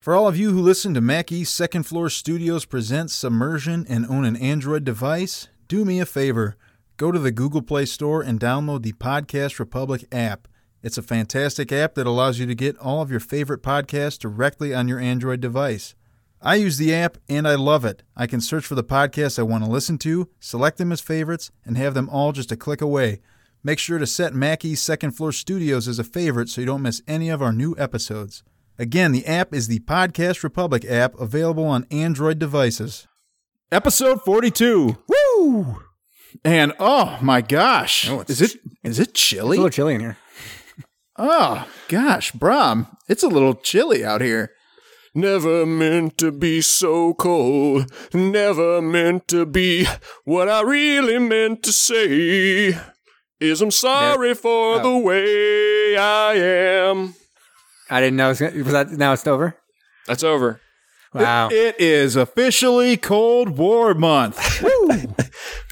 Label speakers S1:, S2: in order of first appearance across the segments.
S1: For all of you who listen to Mackey's Second Floor Studios Presents Submersion and own an Android device, do me a favor. Go to the Google Play Store and download the Podcast Republic app. It's a fantastic app that allows you to get all of your favorite podcasts directly on your Android device. I use the app and I love it. I can search for the podcasts I want to listen to, select them as favorites, and have them all just a click away. Make sure to set Mackey's Second Floor Studios as a favorite so you don't miss any of our new episodes. Again, the app is the Podcast Republic app available on Android devices.
S2: Episode 42.
S1: Woo!
S2: And oh my gosh.
S1: Oh, it's-
S2: is it is it
S3: It's a
S2: chilly?
S3: little chilly in here.
S2: Oh gosh, Brom. It's a little chilly out here.
S4: Never meant to be so cold. Never meant to be. What I really meant to say is I'm sorry for the way I am.
S3: I didn't know. It was, gonna, was that now it's over?
S4: That's over.
S3: Wow.
S2: It is officially Cold War month.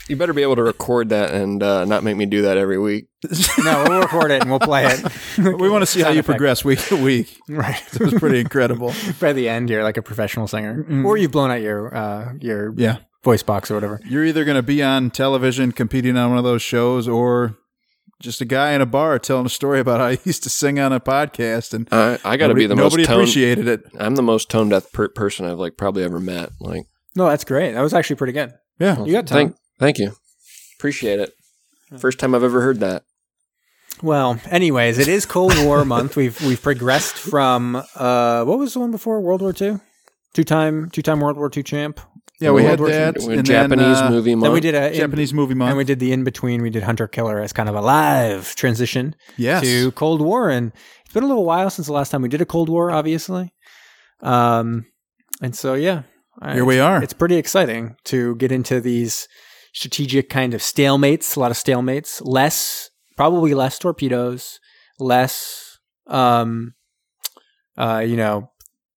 S4: You better be able to record that and uh, not make me do that every week.
S3: no, we'll record it and we'll play it
S2: we want to see how you
S3: effect.
S2: progress week to week.
S3: right
S2: It was pretty incredible.
S3: by the end. You're like a professional singer, or you've blown out your uh, your
S2: Yeah.
S3: voice box or whatever.
S2: You're either going to be on television competing on one of those shows or just a guy in a bar telling a story about how he used to sing on a podcast and
S4: I, I got to be the
S2: nobody
S4: most tone.
S2: appreciated it.
S4: I'm the most tone deaf per- person I've like probably ever met. Like
S3: No, that's great. That was actually pretty good.
S2: Yeah.
S3: You got time.
S4: thank thank you, appreciate it. First time I've ever heard that.
S3: Well, anyways, it is Cold War month. We've we've progressed from uh, what was the one before World War II? Two time two time World War II champ.
S2: Yeah, we
S4: World
S2: had
S4: War II,
S2: that.
S4: we-
S2: and
S4: Japanese
S2: then, uh,
S4: movie.
S3: Then we
S4: month.
S3: did a
S2: Japanese movie month.
S3: and we did the in between. We did Hunter Killer as kind of a live transition.
S2: yes.
S3: to Cold War, and it's been a little while since the last time we did a Cold War, obviously. Um, and so yeah, I-
S2: Here we are.
S3: It's pretty exciting to get into these strategic kind of stalemates. A lot of stalemates. Less, probably less torpedoes. Less, um, uh, you know,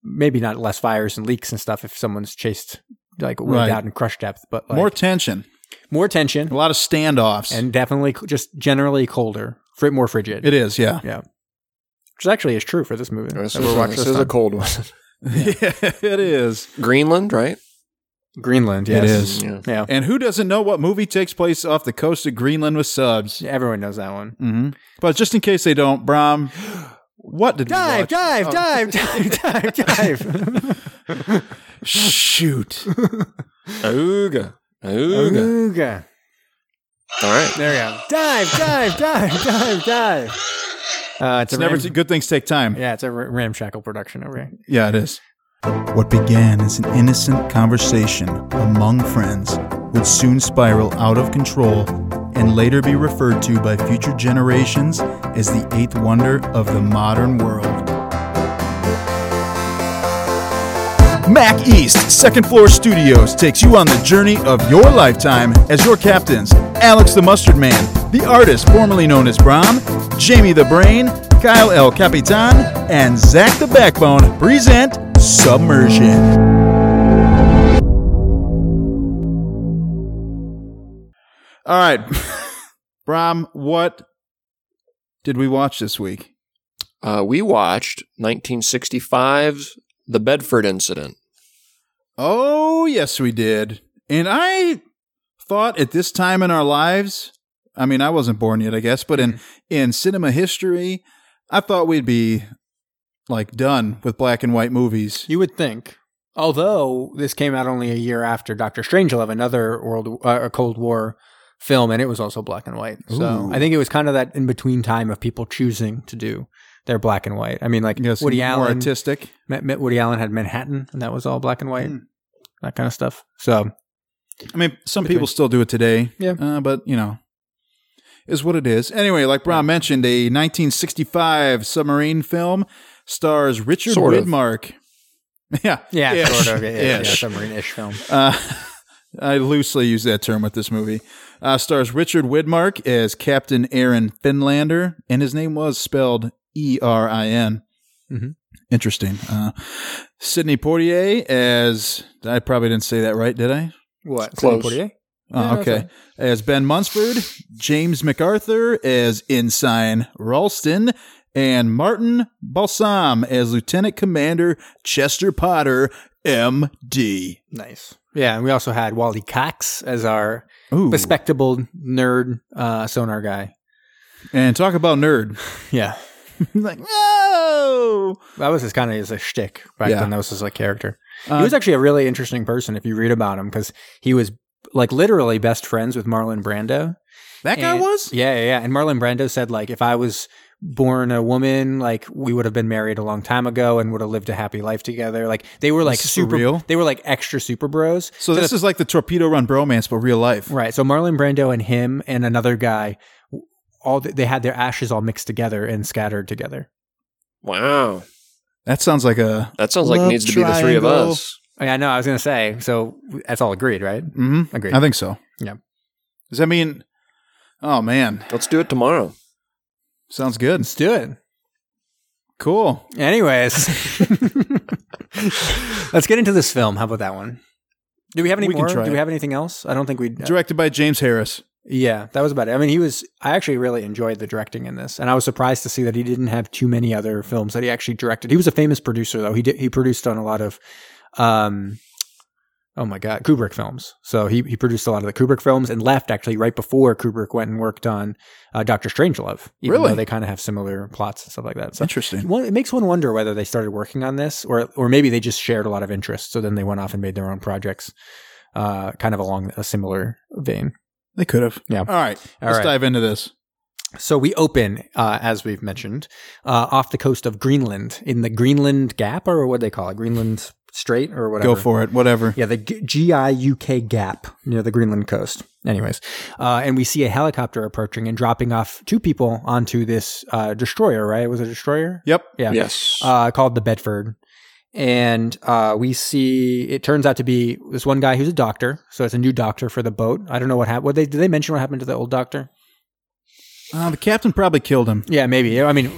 S3: maybe not less fires and leaks and stuff if someone's chased like way
S2: Right.
S3: down in crush depth, but like,
S2: More tension.
S3: more
S2: A
S3: tension
S2: lot of standoffs.
S3: and definitely c- just generally colder, fri- more frigid.
S2: it is, yeah.
S3: which actually is true for this movie.
S4: This
S3: that
S4: is,
S3: we're
S4: a,
S3: watching
S4: this
S3: this
S4: is a
S3: time.
S4: cold one.
S2: Yeah, it is.
S4: Greenland, right?
S3: Greenland. Yes.
S2: It is.
S4: Yeah.
S3: Yeah.
S2: And who doesn't know what movie takes place off the coast of Greenland with subs?
S3: Yeah, Everyone knows that one.
S2: hmm But just in case they don't, Brom, what did we
S3: Dive,
S2: watch? Oh,
S3: dive,
S4: Oh.
S3: dive, dive, dive, dive.
S2: Shoot.
S4: Ooga. Ooga.
S3: Ooga.
S4: All right.
S3: There we go. Dive, dive, dive, dive, dive. Uh, it's,
S2: It's
S3: a
S2: never
S3: ram-
S2: good things take time.
S3: yeah, it's a r- ramshackle production over here.
S2: yeah it is.
S1: What began as an innocent conversation among friends would soon spiral out of control and later be referred to by future generations as the eighth wonder of the modern world. Mac East Second Floor Studios takes you on the journey of your lifetime as your captains Alex the Mustard Man, the artist formerly known as Brom, Jamie the Brain, Kyle El Capitan, and Zach the Backbone present Submersion.
S2: All right. Brom, what did we watch this week?
S4: Uh, we watched 1965's The Bedford Incident.
S2: Oh, yes, we did. And I thought at this time in our lives, I mean, I wasn't born yet, I guess, but
S3: Mm-hmm.
S2: in, in cinema history, I thought we'd be like done with black and white movies.
S3: You would think, although this came out only a year after Doctor Strangelove, another World uh, a Cold War film, and it was also black and white. So
S2: Ooh.
S3: I think it was kind of that in between time of people choosing to do their black and white. I mean, like
S2: Yes,
S3: Woody
S2: more
S3: Allen
S2: artistic.
S3: Met, Met Woody Allen had Manhattan, and that was all black and white, that kind of stuff. So
S2: I mean, some
S3: Between-
S2: people still do it today.
S3: Yeah.
S2: Uh, but, you know, is what it is. Anyway, like Brown mentioned, a 1965 submarine film stars Richard
S4: Sort of.
S2: Widmark. Yeah.
S3: yeah,
S2: Ish.
S3: sort of, yeah, yeah, yeah,
S2: Ish.
S3: submarine-ish film.
S2: Uh, I loosely use that term with this movie. Uh, stars Richard Widmark as Captain Aaron Finlander, and his name was spelled E R I N.
S3: Mhm.
S2: Interesting. Uh, Sydney Portier as I probably didn't say that right, did I?
S3: What?
S4: Close.
S3: Sidney Poitier?
S2: Oh,
S3: Yeah, that's
S2: okay.
S3: right.
S2: As Ben Munsford, James MacArthur as Ensign Ralston, and Martin Balsam as Lieutenant Commander Chester Potter, M.D.
S3: Nice. Yeah, and we also had Wally Cox as our
S2: Ooh.
S3: respectable nerd uh, sonar guy.
S2: And talk about nerd.
S3: Yeah,
S2: like, no!
S3: that was his kind of his shtick back
S2: Yeah.
S3: then. That was his like character.
S2: Uh,
S3: he was actually a really interesting person if you read about him because he was like literally best friends with Marlon Brando.
S2: that guy
S3: And-
S2: was?
S3: Yeah, yeah, yeah. And Marlon Brando said like if I was born a woman, like we would have been married a long time ago and would have lived a happy life together. Like they were like
S2: This is
S3: super
S2: surreal.
S3: they were like extra super bros.
S2: So this is like the Torpedo Run bromance, but real life.
S3: Right. So Marlon Brando and him and another guy w- all th- they had their ashes all mixed together and scattered together.
S4: Wow.
S2: That sounds like a.
S4: That sounds like
S2: Love
S4: it needs to be the three of
S2: triangle.
S4: us.
S3: Oh, yeah, I know. I was gonna say. So that's all agreed, right?
S2: hmm
S3: Agreed.
S2: I think so.
S3: Yeah.
S2: Does that mean? Oh man,
S4: Let's do it tomorrow.
S2: sounds good.
S3: Let's do it.
S2: Cool.
S3: Anyways, let's get into this film. How about that one? Do we have any
S2: We can
S3: more?
S2: try
S3: Do we
S2: it.
S3: have anything else? I don't think we.
S2: Directed by James Harris.
S3: yeah, that was about it. I mean, he was. I actually really enjoyed the directing in this, and I was surprised to see that he didn't have too many other films that he actually directed. He was a famous producer, though. He did. He produced on a lot of. Um, Oh my God, Kubrick films. So he, he produced a lot of the Kubrick films and left actually right before Kubrick went and worked on uh, Doctor Strangelove. Even
S2: Really?
S3: though they kind of have similar plots and stuff like that. So
S2: Interesting.
S3: one, it makes one wonder whether they started working on this or or maybe they just shared a lot of interest so then they went off and made their own projects uh, kind of along a similar vein
S2: They could have.
S3: Yeah.
S2: All right.
S3: All
S2: let's
S3: right.
S2: dive into this.
S3: so we open uh, as we've mentioned uh, off the coast of greenland in the greenland gap or what do they call it greenland strait or whatever
S2: Go for it. Whatever.
S3: Yeah, the G- GIUK Gap near the Greenland coast. Anyways, uh, and we see a helicopter approaching and dropping off two people onto this uh, destroyer. Right? It was a destroyer.
S2: Yep.
S3: Yeah.
S4: Yes.
S3: uh, called the Bedford. And uh, we see it turns out to be this one guy who's a doctor. So it's a new doctor for the boat. I don't know what happened. What they did they mention what happened to the old doctor?
S2: Uh, the captain probably killed him.
S3: Yeah, maybe. I mean,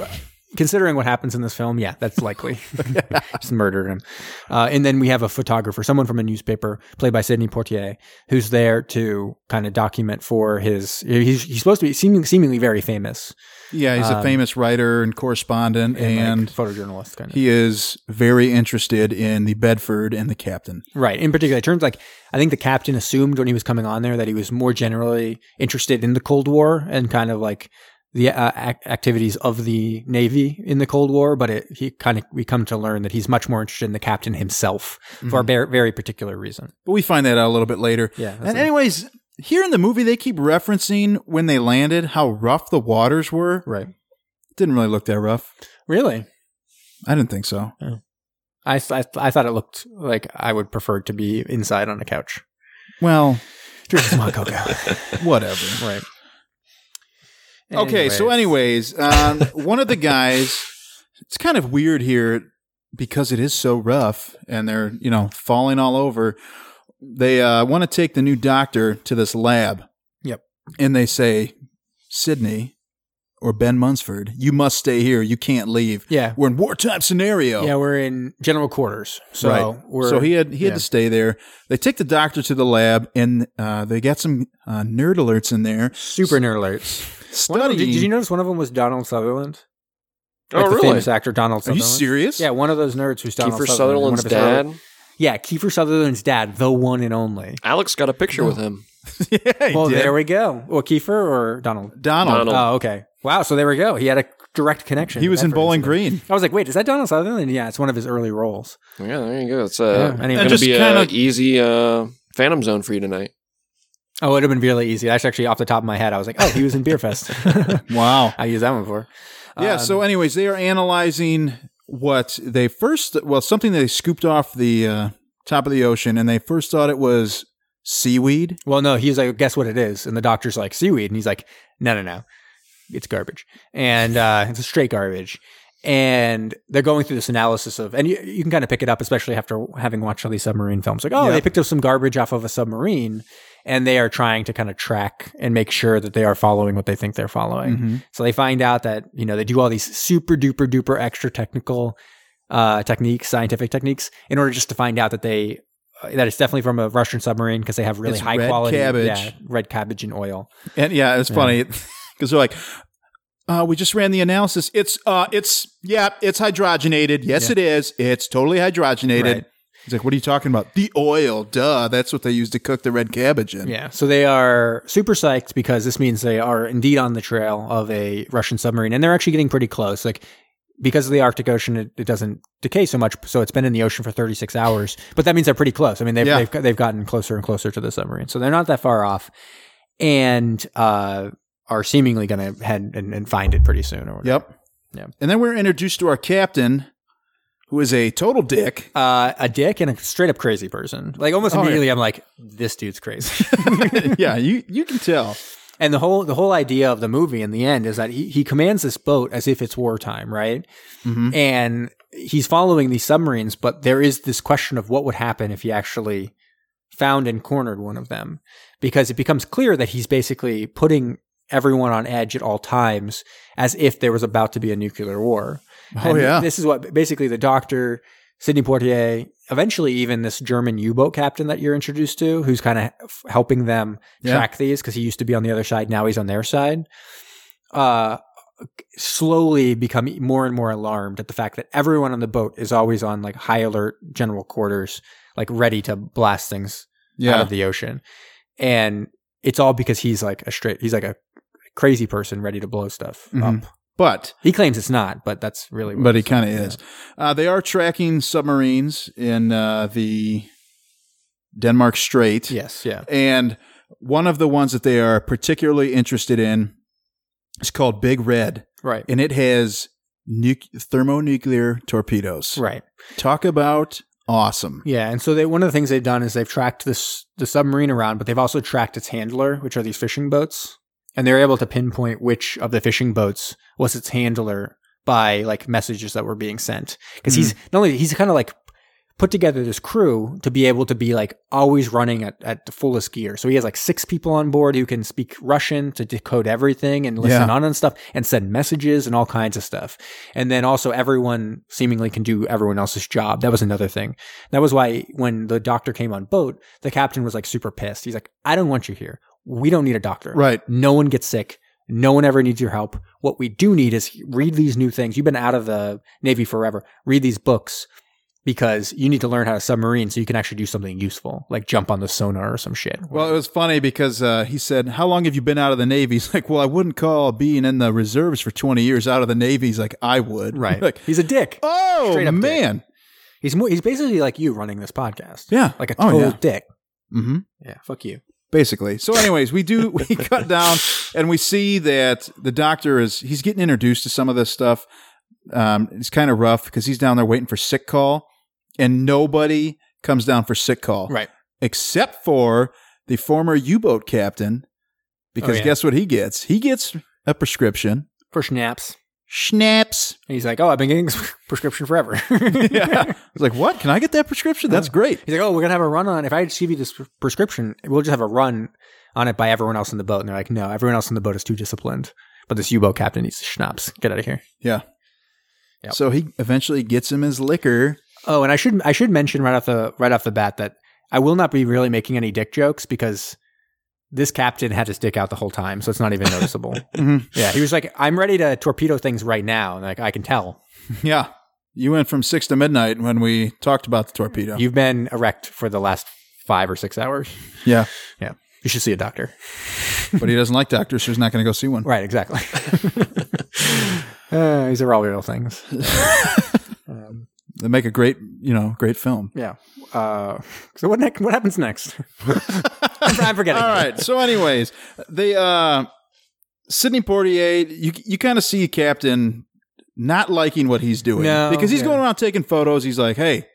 S3: considering what happens in this film, yeah, that's likely. Just murdered him. Uh, and then we have a photographer, someone from a newspaper, played by Sidney Portier, who's there to kind of document for his. He's, he's supposed to be seeming, seemingly very famous
S2: Yeah, he's a
S3: Um,
S2: famous writer and correspondent, and
S3: like, photojournalist kind of.
S2: he is very interested in the Bedford and the captain.
S3: Right. In particular, it turns like I think the captain assumed when he was coming on there that he was more generally interested in the Cold War and kind of like the uh, ac- activities of the Navy in the Cold War. But it, he kind of we come to learn that he's much more interested in the captain himself for a ver- very particular reason.
S2: But we find that out a little bit later.
S3: Mm-hmm. Yeah, that's
S2: And
S3: it.
S2: anyways, here in the movie, they keep referencing when they landed how rough the waters were.
S3: Right.
S2: Didn't really look that rough.
S3: Really.
S2: I didn't think so.
S3: I, th- I, th- I thought it looked like I would prefer to be inside on a couch.
S2: Well,
S3: Drink some hot cocoa.
S2: whatever.
S3: Right.
S2: Okay, so anyways, um, one of the guys, it's kind of weird here because it is so rough and they're, you know, falling all over. They uh, want to take the new doctor to this lab.
S3: Yep.
S2: And they say, Sydney or Ben Munsford, you must stay here. You can't leave.
S3: Yeah.
S2: We're in wartime scenario.
S3: Yeah, we're in general quarters. So
S2: right.
S3: we're
S2: so he had he had
S3: yeah.
S2: to stay there. They take the doctor to the lab, and uh, they got some uh, nerd alerts in there.
S3: super nerd alerts. One of them-
S2: Studying.
S3: did, did you notice one of them was Donald Sutherland?
S4: oh,
S3: Like the
S4: really?
S3: famous actor Donald
S2: Are you
S3: Sutherland.
S2: serious?
S3: Yeah, one of those nerds who's Donald
S4: Kiefer
S3: Sutherland, one
S4: Sutherland's
S3: of his early-
S4: dad.
S3: yeah, Kiefer Sutherland's dad, the one and only.
S4: Alex got a picture with him.
S2: yeah he
S3: well,
S2: did.
S3: there we go. Well, Kiefer or Donald?
S2: Donald.
S4: Donald.
S3: Oh, okay. Wow. So there we go. He had a direct connection.
S2: He was in
S3: Bedford
S2: Bowling
S3: incident.
S2: Green.
S3: I was like, wait, is that Donald Sutherland? Yeah, it's one of his early roles.
S4: Yeah, there you go. It's uh,
S3: Yeah, and he-
S4: gonna
S2: just
S4: be a
S2: kinda-
S4: easy uh, Phantom Zone for you tonight.
S3: Oh, it would have been really easy. That's actually off the top of my head. I was like, oh, he was in Beer Fest.
S2: Wow.
S3: I used that one before.
S2: Yeah.
S3: Um,
S2: so, anyways, they are analyzing what they first, well, something they scooped off the uh, top of the ocean, and they first thought it was seaweed.
S3: Well, no, he's like, guess what it is? And the doctor's like, seaweed. And he's like, no, no, no. It's garbage. And uh, it's a straight garbage. And they're going through this analysis of, and you, you can kind of pick it up, especially after having watched all these submarine films. Like, oh,
S2: Yeah.
S3: they picked up some garbage off of a submarine, and they are trying to kind of track and make sure that they are following what they think they're following.
S2: Mm-hmm.
S3: So they find out that you know they do all these super duper duper extra technical uh, techniques, scientific techniques, in order just to find out that they uh, that it's definitely from a Russian submarine because they have really
S2: It's
S3: high
S2: red
S3: quality
S2: cabbage.
S3: yeah, red cabbage and oil.
S2: And yeah, it's funny because they're like, Uh, we just ran the analysis. It's uh, it's yeah, it's hydrogenated. Yes, it is. It's totally hydrogenated.
S3: Right.
S2: He's like, what are you talking about? The oil, duh. That's what they use to cook the red cabbage in.
S3: Yeah. So they are super psyched because this means they are indeed on the trail of a Russian submarine and they're actually getting pretty close. Like, because of the Arctic Ocean, it, it doesn't decay so much. So it's been in the ocean for 36 hours, but that means they're pretty close. I mean, they've,
S2: Yeah.
S3: they've, they've gotten closer and closer to the submarine. So they're not that far off and uh, are seemingly going to head and, and find it pretty soon. Or whatever.
S2: Yep.
S3: Yeah.
S2: And then we're introduced to our captain, who is a total dick.
S3: Uh, a dick and a straight up crazy person. Like almost
S2: Oh, yeah.
S3: immediately, I'm like, this dude's crazy.
S2: yeah, you you can tell.
S3: And the whole the whole idea of the movie in the end is that he, he commands this boat as if it's wartime, right?
S2: Mhm.
S3: And he's following these submarines, but there is this question of what would happen if he actually found and cornered one of them. Because it becomes clear that he's basically putting everyone on edge at all times as if there was about to be a nuclear war.
S2: Oh
S3: And
S2: yeah.
S3: This is what basically the doctor, Sidney Poitier, eventually even this German U boat captain that you're introduced to, who's kind of helping them
S2: Yeah.
S3: track these because he used to be on the other side, now he's on their side. Uh, slowly become more and more alarmed at the fact that everyone on the boat is always on like high alert general quarters, like ready to blast things out
S2: Yeah.
S3: of the ocean. And it's all because he's like a straight, he's like a crazy person ready to blow stuff
S2: Mhm.
S3: up.
S2: But
S3: He claims it's not, but that's really what
S2: but he
S3: it's-
S2: kind of
S3: yeah.
S2: is. Uh, they are tracking submarines in uh, the Denmark Strait.
S3: Yes, yeah.
S2: And one of the ones that they are particularly interested in is called Big Red,
S3: Right.
S2: and it has nu- thermonuclear torpedoes.
S3: Right.
S2: Talk about awesome.
S3: Yeah. And so they one of the things they've done is they've tracked this the submarine around, but they've also tracked its handler, which are these fishing boats. And they're able to pinpoint which of the fishing boats was its handler by like messages that were being sent. Because he's not only he's kind of like put together this crew to be able to be like always running at, at the fullest gear. So he has like six people on board who can speak Russian to decode everything and listen
S2: Yeah.
S3: on and stuff and send messages and all kinds of stuff. And then also everyone seemingly can do everyone else's job. That was another thing. That was why when the doctor came on boat, the captain was like super pissed. He's like, I don't want you here. We don't need a doctor.
S2: Right.
S3: No one gets sick. No one ever needs your help. What we do need is read these new things. You've been out of the Navy forever. Read these books because you need to learn how to submarine so you can actually do something useful, like jump on the sonar or some shit.
S2: Well, it was funny because uh, he said, "How long have you been out of the Navy?" He's like, "Well, I wouldn't call being in the reserves for twenty years out of the Navy." He's like, "I would."
S3: right.
S2: Like,
S3: He's a dick.
S2: oh
S3: Straight up dick.
S2: man.
S3: He's more, he's basically like you running this podcast.
S2: Yeah.
S3: Like a
S2: Oh,
S3: total
S2: yeah.
S3: dick.
S2: Mm-hmm.
S3: Yeah. Fuck you.
S2: Basically. So, anyways, we do we cut down and we see that the doctor is he's getting introduced to some of this stuff. Um, it's kind of rough because he's down there waiting for sick call, and nobody comes down for sick call,
S3: Right.
S2: Except for the former U-boat captain, because
S3: Oh, yeah.
S2: guess what he gets? He gets a prescription.
S3: For schnapps.
S2: Schnaps.
S3: And he's like, oh, I've been getting this prescription forever.
S2: Yeah. I was like, what? Can I get that prescription? That's great.
S3: He's like, oh, we're gonna have a run on. If I just give you this pr- prescription, we'll just have a run on it by everyone else in the boat. And they're like, no, everyone else in the boat is too disciplined. But this U-boat captain needs schnapps. Get out of here.
S2: Yeah.
S3: Yep.
S2: So he eventually gets him his liquor.
S3: Oh, and I should I should mention right off the right off the bat that I will not be really making any dick jokes because this captain had his dick out the whole time, so it's not even noticeable.
S2: Mhm.
S3: Yeah, he was like, I'm ready to torpedo things right now, and like I can tell
S2: Yeah. You went from six to midnight when we talked about the torpedo.
S3: you've been erect for the last five or six hours.
S2: yeah.
S3: Yeah, you should see a doctor.
S2: But he doesn't like doctors, so he's not going to go see one.
S3: Right, exactly. uh, these are all real things.
S2: They make a great, you know, great film.
S3: Yeah. Uh, so what next? What happens next? I'm, I'm forgetting.
S2: All right. So, anyways, they, uh, Sidney Portier, you, you kind of see Captain not liking what he's doing
S3: No,
S2: because he's
S3: yeah.
S2: going around taking photos. He's like, hey,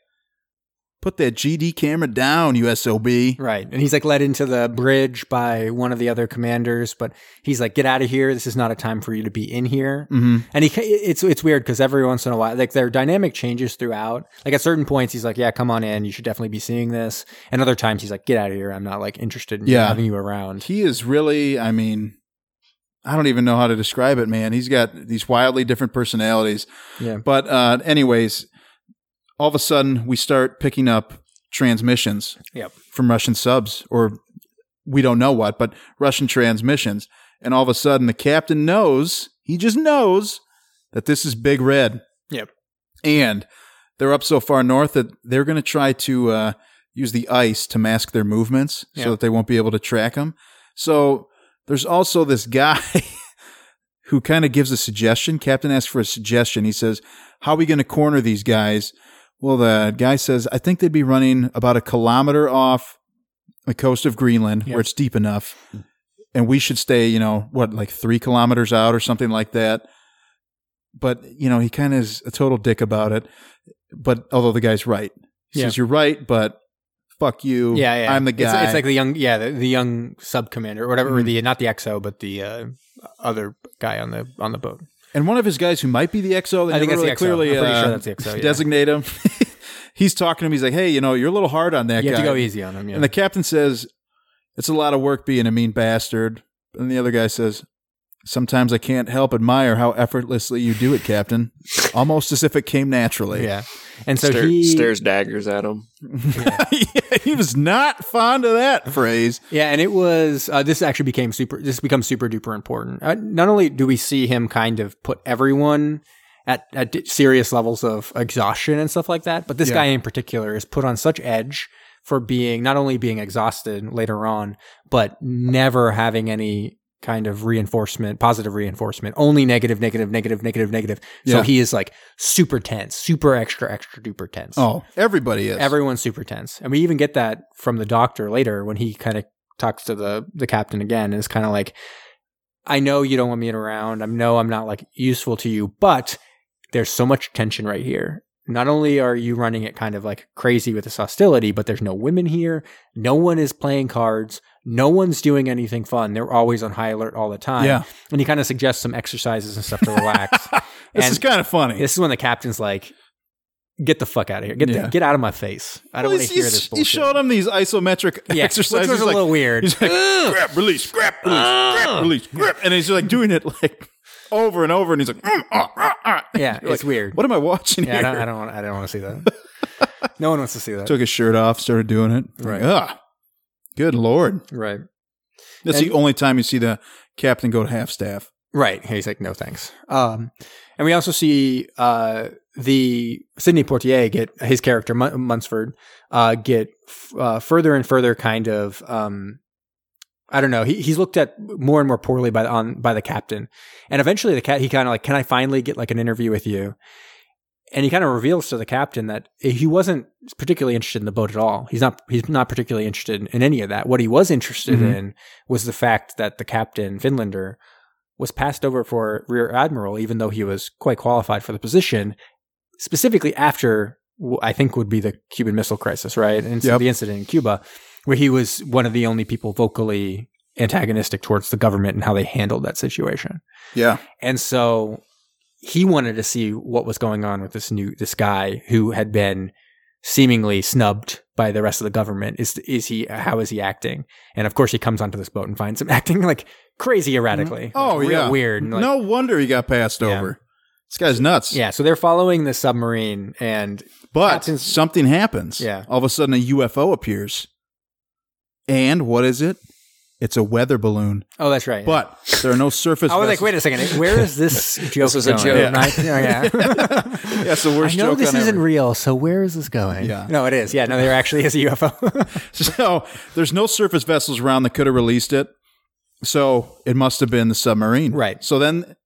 S2: put that GD camera down, you SOB.
S3: Right. And he's like led into the bridge by one of the other commanders, but he's like, get out of here. This is not a time for you to be in here.
S2: Mm-hmm.
S3: And he, ca- it's, it's weird because every once in a while, like their dynamic changes throughout. Like at certain points, he's like, yeah, come on in. You should definitely be seeing this. And other times he's like, get out of here. I'm not like interested in
S2: Yeah.
S3: having you around.
S2: He is really, I mean, I don't even know how to describe it, man. He's got these wildly different personalities.
S3: Yeah.
S2: But uh, anyways, all of a sudden we start picking up transmissions
S3: Yep.
S2: from Russian subs, or we don't know what, but Russian transmissions. And all of a sudden the captain knows He just knows that this is Big Red.
S3: Yep.
S2: And they're up so far north that they're going to try to uh, use the ice to mask their movements
S3: Yeah.
S2: so that they won't be able to track them. So there's also this guy who kind of gives a suggestion. Captain asks for a suggestion. He says, How are we going to corner these guys? Well, the guy says, I think they'd be running about a kilometer off the coast of Greenland
S3: Yeah.
S2: where it's deep enough. And we should stay, you know, what, like three kilometers out or something like that. But, you know, he kind of is a total dick about it. But although the guy's right, he
S3: Yeah.
S2: says, You're right, but fuck you.
S3: Yeah, yeah.
S2: I'm the guy. Mm.
S3: It's, it's like the young, yeah, the, the young sub commander or whatever, or the not the XO, but the uh, other guy on the on the boat.
S2: And one of his guys who might be the XO, they
S3: I think
S2: never
S3: that's
S2: really
S3: the
S2: clearly
S3: XO. I'm pretty
S2: uh,
S3: sure that's the XO, yeah.
S2: designate him. he's talking to him. He's like, "Hey, you know, you're a little hard on that
S3: You
S2: guy."
S3: have to go easy on him. Yeah.
S2: And the captain says, "It's a lot of work being a mean bastard." And the other guy says, "Sometimes I can't help admire how effortlessly you do it, Captain. Almost as if it came naturally."
S3: yeah, and so
S4: Stare-
S3: he Um,
S4: stares daggers at him.
S2: Yeah, he was not fond of that phrase.
S3: Yeah, and it was uh, this actually became super. This becomes super duper important. Uh, not only do we see him kind of put everyone at, at di- serious levels of exhaustion and stuff like that, but this
S2: Yeah.
S3: guy in particular is put on such edge for being not only being exhausted later on, but never having any kind of reinforcement, positive reinforcement, only negative, negative, negative, negative, negative. So
S2: Yeah.
S3: he is like super tense, super extra, extra duper tense.
S2: Oh, everybody is.
S3: Everyone's super tense. And we even get that from the doctor later when he kind of talks to the the captain again and it's kind of like I know you don't want me around. I know I'm not like useful to you, but there's so much tension right here. Not only are you running it kind of like crazy with this hostility, but there's no women here. No one is playing cards. No one's doing anything fun. They're always on high alert all the time.
S2: Yeah.
S3: And he kind of suggests some exercises and stuff to relax.
S2: this
S3: And-
S2: is kind of funny.
S3: this is when the captain's like, "Get the fuck out of here! Get the-
S2: Yeah.
S3: get out of my face! I don't
S2: Well,
S3: want
S2: he's-
S3: to hear
S2: he's-
S3: this
S2: He
S3: bullshit."
S2: showed him these isometric
S3: yeah,
S2: exercises.
S3: which was a
S2: like,
S3: little weird.
S2: He's like, grab, release, grab, release, grab, release, grab. And he's like doing it like over and over. And he's like, mm, ah, ah, ah.
S3: yeah,
S2: You're
S3: it's
S2: like,
S3: weird.
S2: What am I watching
S3: yeah, I
S2: here?
S3: don't, I don't, want, I don't want to see that. no one wants to see that.
S2: Took his shirt off, started doing it.
S3: Right.
S2: Ah, good Lord.
S3: Right,
S2: That's
S3: And-
S2: the only time you see the captain go to half staff.
S3: right. He's like, "No thanks." Um, and we also see uh the Sydney Portier get his character Mun- Lunsford uh get f- uh, further and further kind of um I don't know. He, he's looked at more and more poorly by the, on by the captain, and eventually the cat he kind of like, can I finally get like an interview with you? And he kind of reveals to the captain that he wasn't particularly interested in the boat at all. He's not he's not particularly interested in, in any of that. What he was interested
S2: Mhm.
S3: in was the fact that the captain Finlander was passed over for rear admiral, even though he was quite qualified for the position, specifically after wh- I think would be the Cuban Missile Crisis, right? And so
S2: Yep.
S3: the incident in Cuba, where he was one of the only people vocally antagonistic towards the government and how they handled that situation.
S2: Yeah.
S3: And so he wanted to see what was going on with this new this guy who had been seemingly snubbed by the rest of the government. Is is he how is he acting? And of course he comes onto this boat and finds him acting like crazy erratically.
S2: Oh,
S3: Like, real
S2: yeah.
S3: Weird. and, like,
S2: no wonder he got passed
S3: Yeah.
S2: over. This guy's nuts.
S3: Yeah, so they're following the submarine and
S2: But
S3: Captain's-
S2: something happens.
S3: Yeah.
S2: All of a sudden, a UFO appears. And what is it? It's a weather balloon.
S3: oh that's right.
S2: But there are no surface.
S3: I was like,
S2: vessels.
S3: wait a second, where is this joke?
S4: is a
S3: going?
S4: joke.
S3: And I- yeah.
S2: That's the worst
S3: I know
S2: joke
S3: this
S2: on
S3: isn't
S2: ever.
S3: real, so where is this going?
S2: Yeah.
S3: No, it is. Yeah, no, there actually is a UFO.
S2: So there's no surface vessels around that could have released it. So it must have been the submarine.
S3: Right.
S2: So then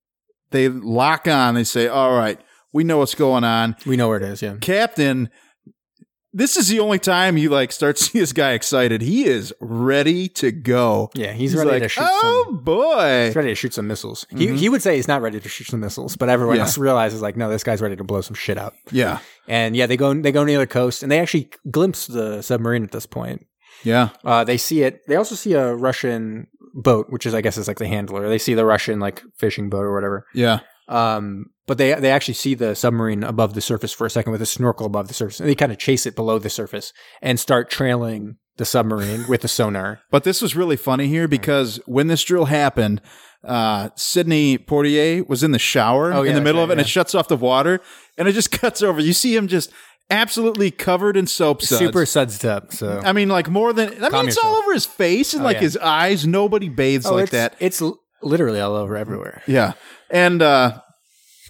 S2: they lock on. They say, all right, we know what's going on.
S3: we know where it is, yeah.
S2: Captain, this is the only time you like start to see this guy excited. He is ready to go.
S3: Yeah, he's, ready
S2: like,
S3: to shoot
S2: oh
S3: some
S2: boy.
S3: he's ready to shoot some missiles. He he would say he's not ready to shoot some missiles, but everyone
S2: Yeah.
S3: else realizes like, no, this guy's ready to blow some shit up.
S2: Yeah.
S3: And yeah, they go they go near the coast and they actually glimpse the submarine at this point.
S2: Yeah.
S3: Uh, they see it. They also see a Russian boat, which is I guess is like the handler. They see the Russian like fishing boat or whatever.
S2: Yeah.
S3: Um, but they they actually see the submarine above the surface for a second with a snorkel above the surface, and they kind of chase it below the surface and start trailing the submarine with the sonar.
S2: But this was really funny here because when this drill happened, uh, Sydney Portier was in the shower
S3: Oh, yeah,
S2: in the middle
S3: yeah,
S2: of it, and it shuts off the water, and it just cuts over. You see him just absolutely covered in soap suds.
S3: Super suds Oh, up. So
S2: I mean, like more than I mean,
S3: Calm
S2: it's
S3: yourself. Oh,
S2: all over his face and like
S3: yeah.
S2: his eyes. Nobody bathes
S3: Oh,
S2: like
S3: it's-
S2: that.
S3: It's l- literally all over everywhere.
S2: Yeah. And uh,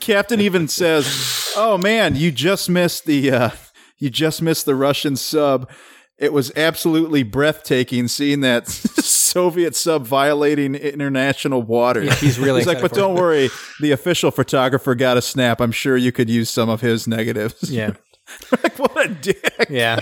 S2: Captain even says, "Oh man, you just missed the uh, you just missed the Russian sub. It was absolutely breathtaking seeing that Soviet sub violating international waters."
S3: Yeah, he's really
S2: He's like,
S3: excited
S2: but
S3: for it."
S2: don't worry, the official photographer got a snap. I'm sure you could use some of his negatives.
S3: Yeah,
S2: like, what a dick.
S3: yeah.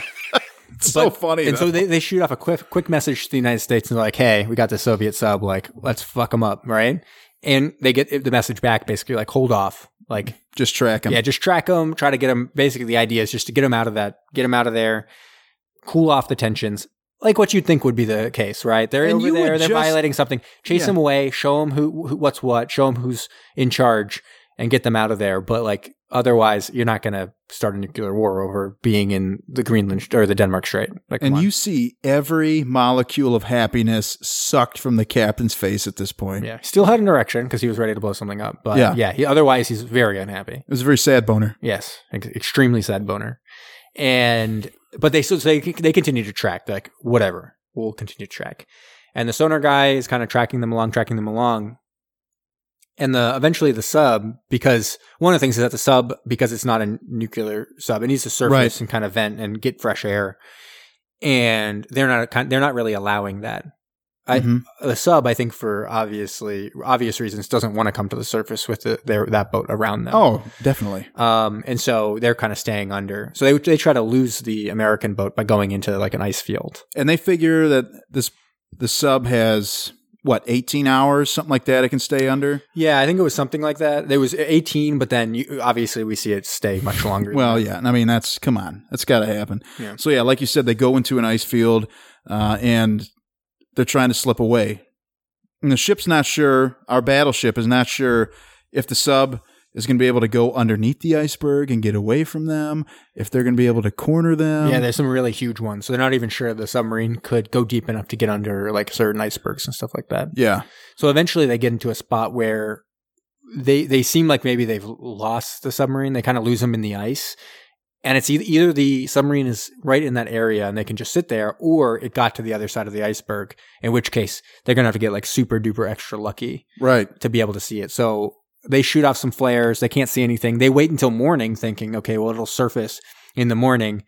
S2: It's so funny.
S3: and
S2: though.
S3: so they, they shoot off a quick quick message to the United States and they're like, "Hey, we got the Soviet sub. Like, let's fuck them up, right?" And they get the message back basically like, "Hold off, like,
S2: just track him.
S3: yeah, just track them, try to get them." Basically, the idea is just to get them out of that, get them out of there, cool off the tensions, like what you'd think would be the case, right? They're
S2: And
S3: over
S2: you
S3: there,
S2: would
S3: they're
S2: just-
S3: violating something. Chase
S2: Yeah.
S3: them away, show them who, who what's what, show them who's in charge, and get them out of there. But like otherwise, you're not gonna start a nuclear war over being in the Greenland or the Denmark Strait. Like, come
S2: And
S3: on.
S2: you see every molecule of happiness sucked from the captain's face at this point.
S3: Yeah, still had an erection because he was ready to blow something up. But
S2: Yeah.
S3: yeah, he, otherwise he's very unhappy.
S2: It was a very sad boner.
S3: Yes, ex- extremely sad boner. And but they so they they continue to track They're like whatever we'll continue to track, and the sonar guy is kind of tracking them along, tracking them along, and the eventually the sub because one of the things is that the sub because it's not a nuclear sub it needs to surface
S2: Right.
S3: and kind of vent and get fresh air, and they're not kind- they're not really allowing that. I,
S2: Mhm.
S3: the sub, I think, for obviously obvious reasons, doesn't want to come to the surface with the, their that boat around them.
S2: Oh, definitely.
S3: um, and so they're kind of staying under. So they they try to lose the American boat by going into like an ice field.
S2: And they figure that this the sub has what 18 hours, something like that. It can stay under.
S3: Yeah, I think it was something like that. There was eighteen, but then you, obviously we see it stay much longer. than
S2: Well,
S3: that.
S2: yeah. I mean, that's come on. That's got to happen.
S3: Yeah.
S2: So yeah, like you said, they go into an ice field uh, and they're trying to slip away. And the ship's not sure. Our battleship is not sure if the sub is going to be able to go underneath the iceberg and get away from them. If they're going to be able to corner them.
S3: yeah, there's some really huge ones. So they're not even sure the submarine could go deep enough to get under like certain icebergs and stuff like that.
S2: yeah.
S3: So eventually they get into a spot where they they seem like maybe they've lost the submarine. They kind of lose them in the ice. And it's either, either the submarine is right in that area and they can just sit there, or it got to the other side of the iceberg, in which case they're going to have to get like super duper extra lucky
S2: Right.
S3: to be able to see it. So they shoot off some flares. They can't see anything. They wait until morning thinking, okay, well, it'll surface in the morning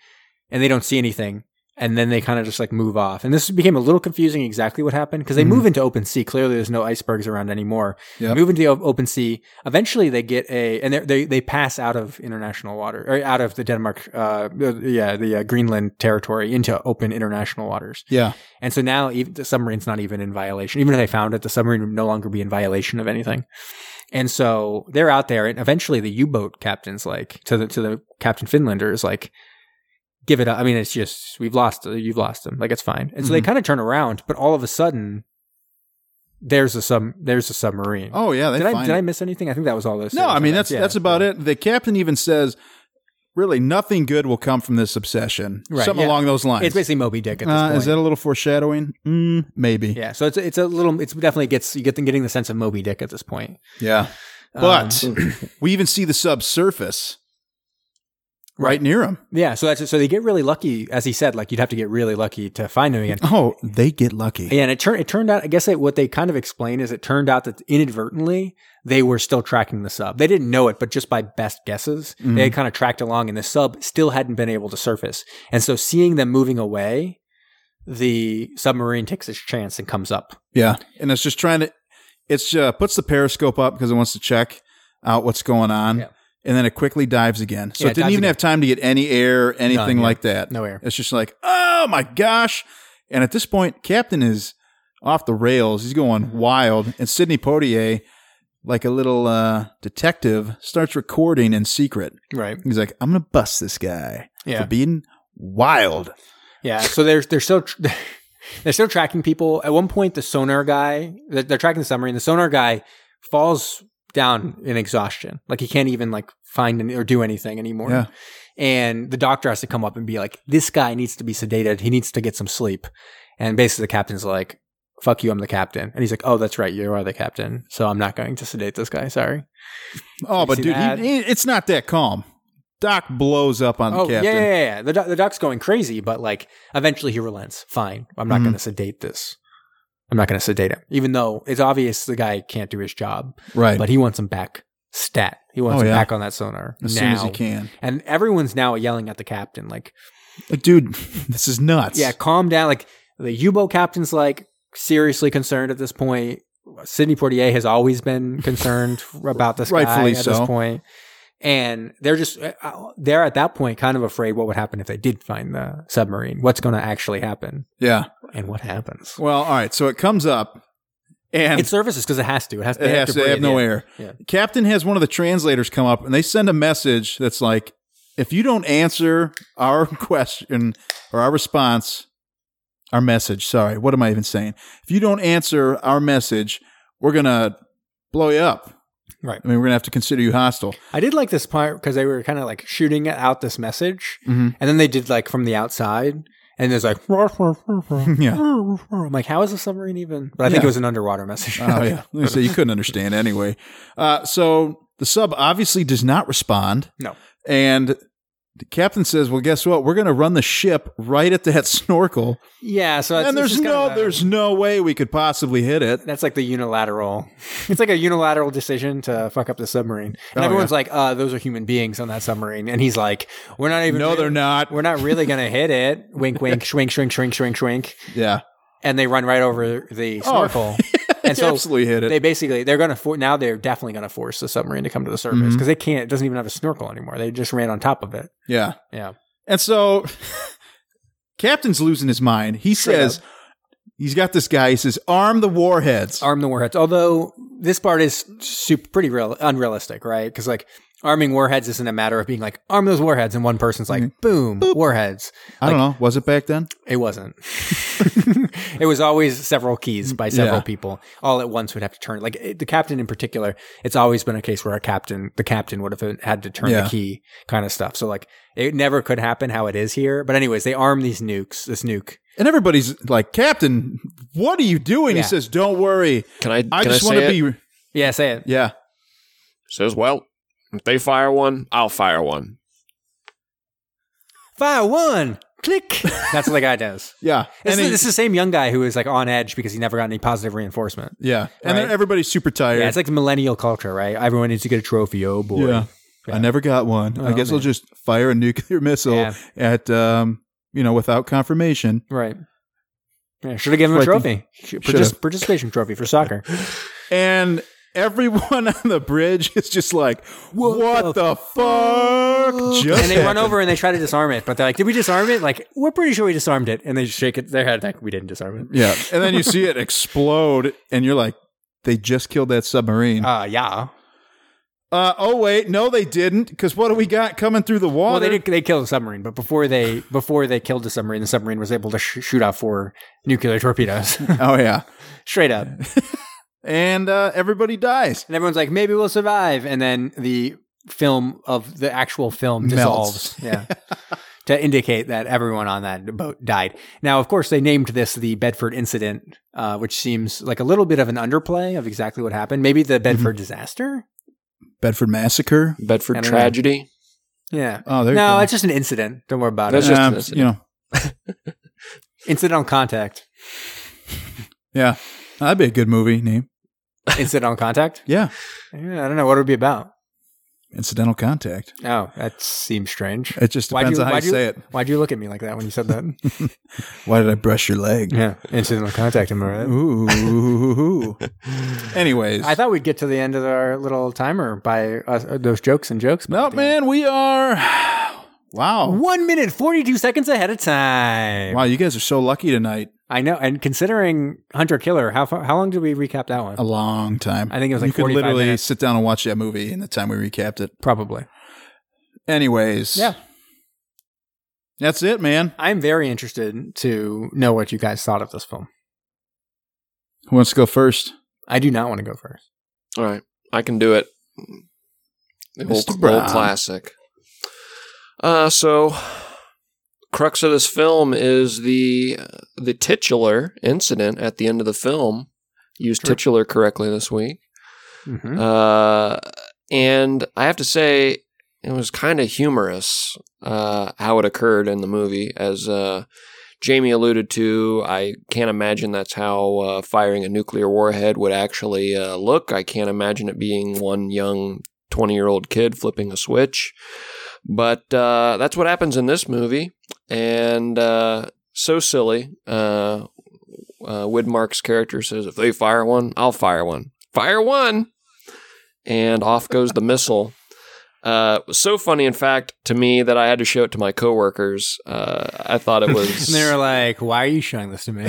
S3: and they don't see anything. And then they kind of just like move off. And this became a little confusing exactly what happened because they
S2: Mhm.
S3: move into open sea. Clearly, there's no icebergs around anymore.
S2: Yep.
S3: Move into the o- open sea. Eventually, they get a, and they're- they they pass out of international water or out of the Denmark, uh, yeah, the uh, Greenland territory into open international waters.
S2: Yeah.
S3: And so now even, the submarine's not even in violation. Even if they found it, the submarine would no longer be in violation of anything. And so they're out there, and eventually the U-boat captain's like to the to the Captain Finlander is like, "Give it up." I mean, it's just we've lost. uh, You've lost them. Like it's fine. And so they
S2: Mhm.
S3: kind of turn around, but all of a sudden, there's a sub. There's a submarine.
S2: Oh yeah. They
S3: did I
S2: find
S3: did
S2: it.
S3: I miss anything? I think that was all this.
S2: No, I mean that's that's about it. The captain even says, "Really, nothing good will come from this obsession."
S3: Right,
S2: Something
S3: yeah.
S2: along those lines.
S3: It's basically Moby Dick at this
S2: Uh,
S3: point.
S2: is that a little foreshadowing? Mm, maybe.
S3: yeah, so it's it's a little. It's definitely gets you get them getting the sense of Moby Dick at this point.
S2: Yeah. But we even see the subsurface right, near him.
S3: Yeah, so that's it. so they get really lucky, as he said. Like you'd have to get really lucky to find them again.
S2: Oh, they get lucky.
S3: Yeah, and it turned it turned out. I guess it, what they kind of explain is it turned out that inadvertently they were still tracking the sub. They didn't know it, but just by best guesses,
S2: Mhm.
S3: they had kind of tracked along, and the sub still hadn't been able to surface. And so seeing them moving away, the submarine takes its chance and comes up.
S2: Yeah. And it's just trying to it's uh, puts the periscope up because it wants to check out what's going on.
S3: Yeah.
S2: And then it quickly dives again. So
S3: Yeah,
S2: it
S3: it
S2: didn't
S3: dives
S2: even
S3: again.
S2: have time to get any air, or anything
S3: None, yeah.
S2: like that.
S3: No air.
S2: It's just like, oh my gosh. And at this point, Captain is off the rails. He's going wild. And Sidney Poitier, like a little uh, detective, starts recording in secret.
S3: Right.
S2: He's like, I'm going to bust this guy
S3: Yeah.
S2: for being wild.
S3: Yeah. So they're they're still tr- they're still tracking people. At one point, the sonar guy they're, they're tracking the submarine. The sonar guy falls down in exhaustion, like he can't even like find any, or do anything anymore.
S2: Yeah.
S3: And the doctor has to come up and be like, "This guy needs to be sedated. He needs to get some sleep." And basically, the captain's like, "Fuck you, I'm the captain." And he's like, "Oh, that's right, you are the captain. So I'm not going to sedate this guy. Sorry."
S2: Oh,
S3: You
S2: but
S3: see
S2: dude,
S3: that?
S2: he, he- it's not that calm. Doc blows up on
S3: Oh
S2: the
S3: yeah,
S2: Um, captain.
S3: yeah, yeah, yeah. The doc, the doc's going crazy, but like eventually he relents. Fine, I'm not
S2: Mhm.
S3: going to sedate this. I'm not going to sedate him, even though it's obvious the guy can't do his job,
S2: Right.
S3: but he wants him back stat. He wants
S2: Oh,
S3: him
S2: yeah.
S3: back on that sonar
S2: as
S3: now.
S2: soon as he can.
S3: And everyone's now yelling at the captain, like,
S2: Like, dude, this is nuts.
S3: yeah, calm down. Like the U boat captain's like seriously concerned at this point. Sidney Portier has always been concerned about this
S2: Rightfully
S3: guy at
S2: so.
S3: this point. And they're just uh, they're at that point kind of afraid what would happen if they did find the submarine. What's going to actually happen,
S2: Yeah.
S3: and what happens?
S2: Well, all right. So it comes up, and
S3: It surfaces because it has to. It has.
S2: It has to, they have no
S3: air.
S2: air.
S3: Yeah.
S2: Captain has one of the translators come up and they send a message that's like, if you don't answer our question or our response, our message, sorry, what am I even saying? If you don't answer our message, we're going to blow you up.
S3: Right.
S2: I mean, we're going to have to consider you hostile.
S3: I did like this part because they were kind of like shooting out this message,
S2: Mhm.
S3: and then they did like from the outside, and there's like,
S2: Yeah.
S3: I'm like, how is the submarine even? But I think
S2: Yeah.
S3: it was an underwater message.
S2: Oh, yeah. so you couldn't understand anyway. Uh, so the sub obviously does not respond.
S3: No.
S2: And the captain says, well, guess what? We're going to run the ship right at that snorkel.
S3: Yeah, so it's,
S2: and
S3: it's
S2: there's
S3: just kind
S2: no
S3: of a-
S2: there's no way we could possibly hit it.
S3: that's like the unilateral. It's like a unilateral decision to fuck up the submarine,
S2: Oh,
S3: and everyone's like, "Uh, those are human beings on that submarine," and he's like, "We're not even.
S2: No, they're not.
S3: We're not really gonna hit it. Wink, wink, shrink, shrink, shrink, shrink, shrink."
S2: Yeah,
S3: And they run right over
S2: Oh.
S3: the snorkel, and
S2: and
S3: so
S2: absolutely hit it.
S3: they basically they're gonna for, now they're definitely gonna force the submarine to come to the surface
S2: Mm-hmm.
S3: because they can't. It doesn't even have a snorkel anymore. They just ran on top of it.
S2: yeah,
S3: Yeah,
S2: and so Captain's losing his mind. He
S3: Straight
S2: says he's got this guy. He says, "Arm the warheads."
S3: arm the warheads. Although this part is super pretty real unrealistic, right? Because like arming warheads isn't a matter of being like arm those warheads, and one person's like
S2: Mm-hmm.
S3: boom warheads.
S2: I don't know. Was it back then?
S3: It wasn't. it was always several keys by several
S2: Yeah.
S3: people all at once would have to turn. Like it- the captain in particular, it's always been a case where a captain, the captain would have had to turn
S2: Yeah.
S3: the key kind of stuff. So like it never could happen how it is here. But anyways, they arm these nukes, this nuke.
S2: And everybody's like, "Captain, what are you doing?"
S3: Yeah.
S2: He says, "Don't worry.
S4: Can I?
S2: I
S4: can
S2: just
S4: I
S2: want
S4: say
S2: to
S4: it?
S2: be."
S3: Yeah, say it.
S2: Yeah,
S4: Says, well, if they fire one, I'll fire one.
S3: Fire one, click. That's what the guy does.
S2: yeah,
S3: It's,
S2: and he-
S3: the, it's the same young guy who is like on edge because he never got any positive reinforcement.
S2: yeah, and then
S3: Right.
S2: everybody's super tired.
S3: Yeah, it's like millennial culture, right? Everyone needs to get a trophy. Oh boy.
S2: Yeah. I never got one. I
S3: Oh,
S2: guess I'll
S3: man.
S2: just fire a nuclear missile
S3: Yeah.
S2: at um, you know, without confirmation.
S3: Right. Yeah, should have given him a
S2: Like the-
S3: trophy. Partic- participation trophy for soccer.
S2: and everyone on the bridge is just like, "What, the, fuck?" Just
S3: and they run
S2: happened."
S3: over and they try to disarm it, but they're like, "Did we disarm it? Like, we're pretty sure we disarmed it." And they just shake it their head like, "We didn't disarm it."
S2: Yeah, and then you see it explode, and you're like, "They just killed that submarine." Uh,
S3: Uh, yeah.
S2: oh wait, no, they didn't. Because what do we got coming through the water?
S3: Well, they did. They killed the submarine, but before they before they killed the submarine, the submarine was able to sh- shoot off four nuclear torpedoes
S2: Oh yeah,
S3: straight up.
S2: and uh, everybody dies.
S3: and everyone's like, maybe we'll survive. And then the film of the actual film
S2: Melts.
S3: dissolves. Yeah. to indicate that everyone on that boat died. Now, of course, they named this the Bedford incident, uh, which seems like a little bit of an underplay of exactly what happened. Maybe
S2: Mm-hmm.
S3: the Bedford disaster?
S2: Bedford massacre.
S3: I
S4: Bedford
S3: don't know.
S4: tragedy.
S3: Yeah.
S2: Oh, there
S3: No,
S2: you
S3: it's just an incident. Don't worry about
S2: go.
S4: That's
S3: it.
S4: just
S2: Um,
S4: an incident.
S2: you know,
S3: Incident on contact.
S2: yeah, that'd be a good movie name.
S3: Incident on contact?
S2: Yeah,
S3: Yeah, I don't know what it would be about.
S2: incidental contact.
S3: Oh, that seems strange.
S2: It just
S3: Why'd
S2: depends on how you
S3: why'd
S2: say it.
S3: Why'd you look at me like that when you said that?
S2: Why did I brush your leg?
S3: yeah, incidental contact, am I right?
S2: Ooh. Anyways,
S3: I thought we'd get to the end of our little timer by us, uh, those jokes and jokes. but
S2: No,
S3: at the
S2: man,
S3: end-
S2: we are. Wow.
S3: One minute, 42 seconds ahead of time.
S2: Wow, you guys are so lucky tonight.
S3: I know. And considering Hunter Killer, how far, how long did we recap that one?
S2: A long time.
S3: I think it was like
S2: You could
S3: 45
S2: literally
S3: minutes.
S2: sit down and watch that movie in the time we recapped it.
S3: Probably.
S2: Anyways.
S3: Yeah.
S2: That's it, man.
S3: I'm very interested to know what you guys thought of this film.
S2: Who wants to go first?
S3: I do not want to go first.
S4: All right, I can do it. The old,
S2: Mr.
S4: old
S2: Brown.
S4: classic. Uh, so crux of this film is the the titular incident at the end of the film. Used
S3: Sure.
S4: titular correctly this week.
S3: Mhm.
S4: Uh, and I have to say, it was kind of humorous uh, how it occurred in the movie, as uh, Jamie alluded to, I can't imagine that's how uh, firing a nuclear warhead would actually uh, look. I can't imagine it being one young 20 year old kid flipping a switch. But uh, that's what happens in this movie. And uh, so silly. Uh, uh, Widmark's character says, if they fire one, I'll fire one. Fire one! And off goes the missile. Uh, it was so funny, in fact, to me that I had to show it to my coworkers. Uh, I thought it was.
S3: And they were like, "Why are you showing this to me?"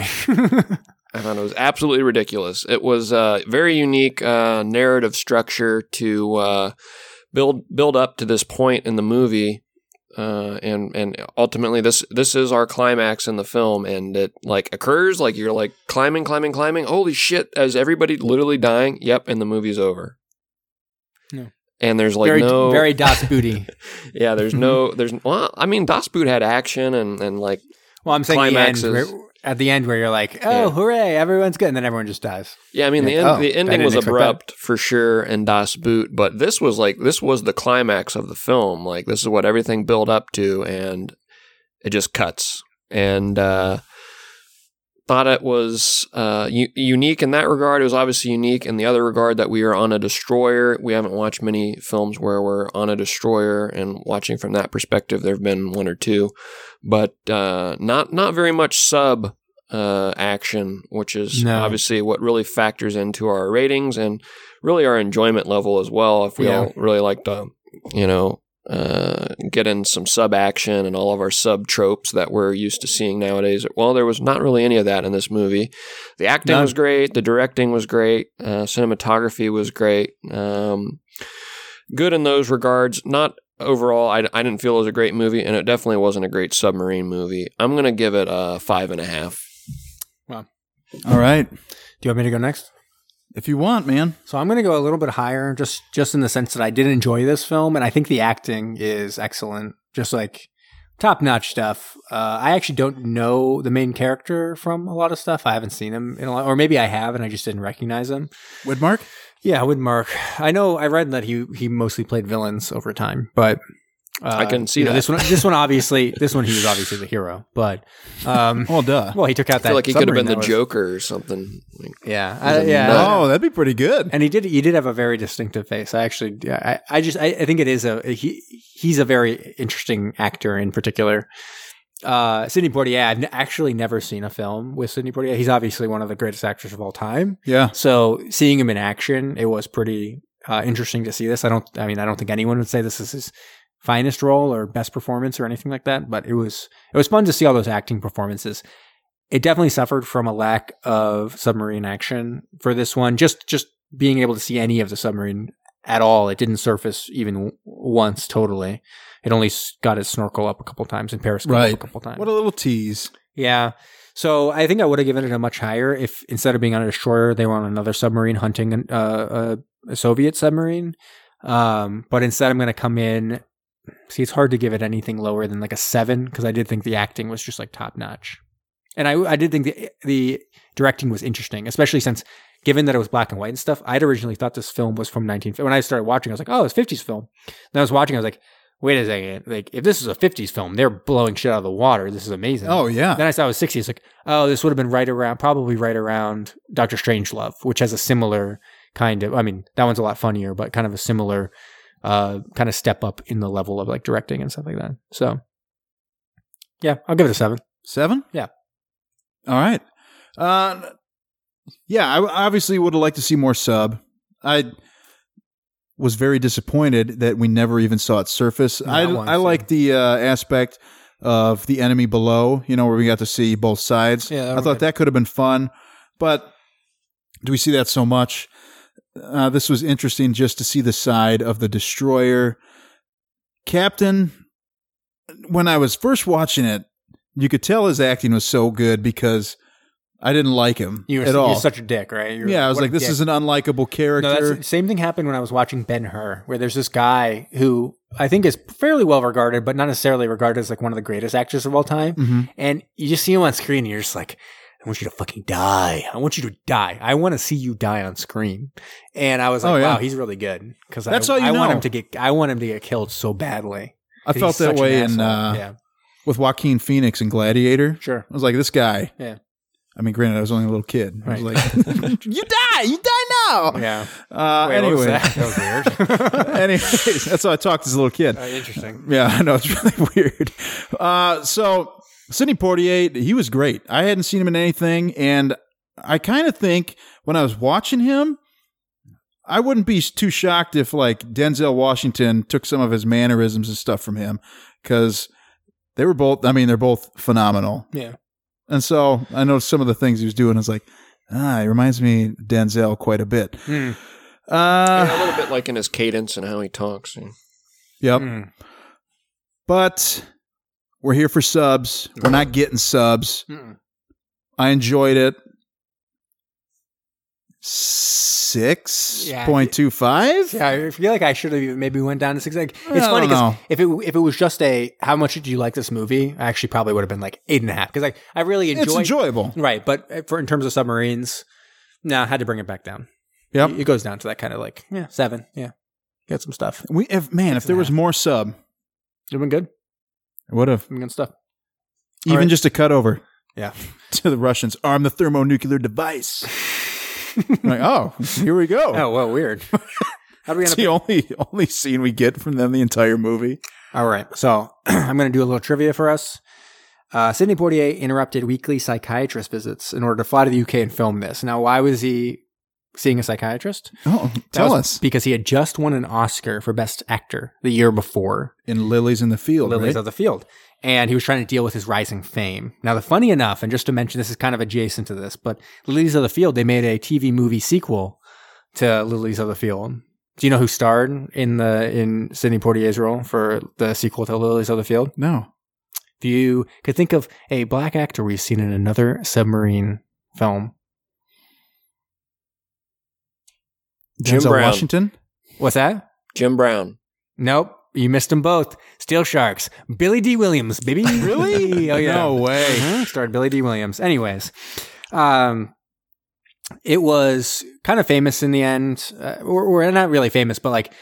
S4: I found it was absolutely ridiculous. It was a very unique uh, narrative structure to uh, build build up to this point in the movie, uh, and and ultimately this this is our climax in the film, and it like occurs like you're like climbing, climbing, climbing. Holy shit! As everybody literally dying. Yep, and the movie's over.
S3: No.
S4: And there's like
S3: very,
S4: no
S3: very Das Booty.
S4: yeah. There's no there's well. I mean, Das Boot had action and and like
S3: Well, I'm saying the end,
S4: Climaxes.
S3: where, at the end where you're like, "Oh,
S4: Yeah.
S3: hooray! Everyone's good," and then everyone just dies.
S4: Yeah, I mean the
S3: Like,
S4: end,
S3: oh,
S4: the
S3: I
S4: ending
S3: didn't
S4: was
S3: expect
S4: abrupt for sure and Das Boot, but this was like this was the climax of the film. Like this is what everything built up to, and it just cuts. And uh, thought it was uh, u- unique in that regard. It was obviously unique in the other regard that we are on a destroyer. We haven't watched many films where we're on a destroyer and watching from that perspective. There have been one or two, but uh, not not very much sub uh, action, which is
S3: No.
S4: obviously what really factors into our ratings and really our enjoyment level as well. If we
S3: Yeah.
S4: all really like to, you know. Uh, get in some sub action and all of our sub tropes that we're used to seeing nowadays. Well, there was not really any of that in this movie. The acting
S3: None.
S4: was great. The directing was great. Uh, cinematography was great. Um, good in those regards. Not overall. I, I didn't feel it was a great movie, and it definitely wasn't a great submarine movie. I'm gonna give it a five and a half.
S2: All right.
S3: Do you want me to go next?
S2: If you want, man.
S3: So I'm going to go a little bit higher, just just in the sense that I did enjoy this film, and I think the acting is excellent, just like top notch stuff. Uh, I actually don't know the main character from a lot of stuff. I haven't seen him in a lot, or maybe I have, and I just didn't recognize him.
S2: Widmark?
S3: Yeah, Widmark. I know I read that he he mostly played villains over time, but uh,
S4: I couldn't see
S3: you know,
S4: that.
S3: this one. This one obviously, this one he was obviously the hero, but um,
S2: Well, Oh, duh.
S3: well, he took out
S4: I
S3: that.
S4: feel like he could have
S3: submarine
S4: been the
S3: that was-
S4: Joker or something. Like,
S3: Yeah,
S4: He's
S3: I-
S4: a
S3: yeah.
S4: nut.
S3: I-
S2: Oh, that'd be pretty good.
S3: and he did he did have a very distinctive face i actually yeah, i, I just I, I think it is a he he's a very interesting actor in particular uh sidney poitier i've n- actually never seen a film with sidney poitier he's obviously one of the greatest actors of all time
S2: Yeah.
S3: so seeing him in action it was pretty uh interesting to see this i don't i mean i don't think anyone would say this is his finest role or best performance or anything like that but it was it was fun to see all those acting performances it definitely suffered from a lack of submarine action for this one. Just just being able to see any of the submarine at all, it didn't surface even w- once totally. It only s- got its snorkel up a couple times and periscope up a
S2: Right.
S3: couple times.
S2: What a little tease.
S3: yeah. So I think I would have given it a much higher if instead of being on a destroyer, they were on another submarine hunting an- uh, a, a Soviet submarine. Um, but instead, I'm going to come in. See, it's hard to give it anything lower than like a seven because I did think the acting was just like top notch, and I I did think the the directing was interesting, especially since given that it was black and white and stuff. I'd originally thought this film was from 19. When I started watching, I was like, oh, it's a 50s film. Then I was watching, I was like, wait a second, like if this is a 50s film, they're blowing shit out of the water. This is amazing.
S2: Oh, yeah.
S3: Then I saw it was 60. It's like, oh, this would have been right around, probably right around Doctor Strangelove, which has a similar kind of, I mean, that one's a lot funnier, but kind of a similar uh, kind of step up in the level of like directing and stuff like that. So, yeah, I'll give it a seven.
S2: Seven?
S3: Yeah.
S2: All right. Uh, yeah, I w- obviously would have liked to see more sub. I was very disappointed that we never even saw it surface.
S3: Not
S2: I,
S3: once,
S2: I
S3: yeah.
S2: like the uh, aspect of the enemy below, you know, where we got to see both sides.
S3: Yeah, that
S2: I
S3: would've
S2: thought
S3: been-
S2: that could have been fun, but do we see that so much? Uh, this was interesting just to see the side of the destroyer. Captain, when I was first watching it, you could tell his acting was so good because I didn't like him
S3: You were,
S2: at all.
S3: you're such a dick, right? You're-
S2: yeah, I was
S3: what
S2: like,
S3: a
S2: this
S3: dick.
S2: is an unlikable character.
S3: No, that's, same thing happened when I was watching Ben Hur, where there's this guy who I think is fairly well regarded, but not necessarily regarded as like one of the greatest actors of all time.
S2: Mhm.
S3: And you just see him on screen, and you're just like, I want you to fucking die. I want you to die. I want to see you die on screen. And I was like,
S2: Oh, yeah.
S3: wow, he's really good because
S2: That's
S3: I,
S2: all you
S3: I want
S2: know.
S3: him to get. I want him to get killed so badly.
S2: I felt that way in uh, with Joaquin Phoenix and Gladiator.
S3: Sure.
S2: I was like, this guy.
S3: Yeah.
S2: I mean, granted, I was only a little kid. I was
S3: Right.
S2: like, you die, you die now.
S3: Yeah.
S2: Uh,
S3: Wait, what was
S2: anyway,
S3: that?
S5: That was weird.
S2: anyways, that's how I talked as a little kid.
S5: Uh, interesting.
S2: Yeah, I know it's really weird. Uh, so Sidney Portier, he was great. I hadn't seen him in anything, and I kind of think when I was watching him, I wouldn't be too shocked if like Denzel Washington took some of his mannerisms and stuff from him because they were both. I mean, they're both phenomenal.
S3: Yeah.
S2: And so I know some of the things he was doing. I was like, ah, he reminds me of Denzel quite a bit.
S3: Hmm.
S2: Uh,
S4: a little bit like in his cadence and how he talks. and-
S2: Yep.
S3: Mm.
S2: But we're here for subs. We're not getting subs.
S3: Mm-mm.
S2: I enjoyed it. Six
S3: Yeah.
S2: point two five.
S3: Yeah, I feel like I should have even maybe went down to six. Like,
S2: I
S3: it's funny
S2: don't
S3: because
S2: know.
S3: if it if it was just a how much did you like this movie, I actually probably would have been like eight and a half because like I really enjoyed.
S2: It's enjoyable.
S3: Right, but uh, for in terms of submarines, no, I had to bring it back down.
S2: Yep.
S3: It goes down to that kind of like yeah seven. Yeah, got some stuff. It
S2: We if man, if there was more sub,
S3: would have been good.
S2: it would have
S3: Been good stuff.
S2: even
S3: right.
S2: just a cut over.
S3: Yeah.
S2: To the Russians, arm the thermonuclear device. like, oh, here we go.
S3: Oh well, weird. How do we end
S2: It's
S3: up?
S2: the only only scene we get from them the entire movie.
S3: All right, so I'm going to do a little trivia for us. Uh, Sidney Portier interrupted weekly psychiatrist visits in order to fly to the UK and film this. Now, why was he seeing a psychiatrist?
S2: Oh,
S3: That
S2: tell
S3: was
S2: us.
S3: because he had just won an Oscar for Best Actor the year before
S2: In Lilies in the Field.
S3: lilies
S2: right?
S3: of the field. And he was trying to deal with his rising fame. Now, the funny enough, and just to mention, this is kind of adjacent to this, but Lilies of the Field, they made a TV movie sequel to Lilies of the Field. Do you know who starred in the in Sidney Portier's role for the sequel to Lilies of the Field?
S2: no.
S3: If you could think of a black actor we've seen in another submarine film,
S4: Jim
S2: Denzel
S4: Brown.
S2: Washington.
S3: what's that?
S4: Jim Brown.
S3: Nope, you missed them both. Steel Sharks, Billy D. Williams, baby. Really? oh yeah.
S2: No way.
S3: Mhm, starred Billy D. Williams. Anyways, um, it was kind of famous in the end, uh, or, or not really famous, but like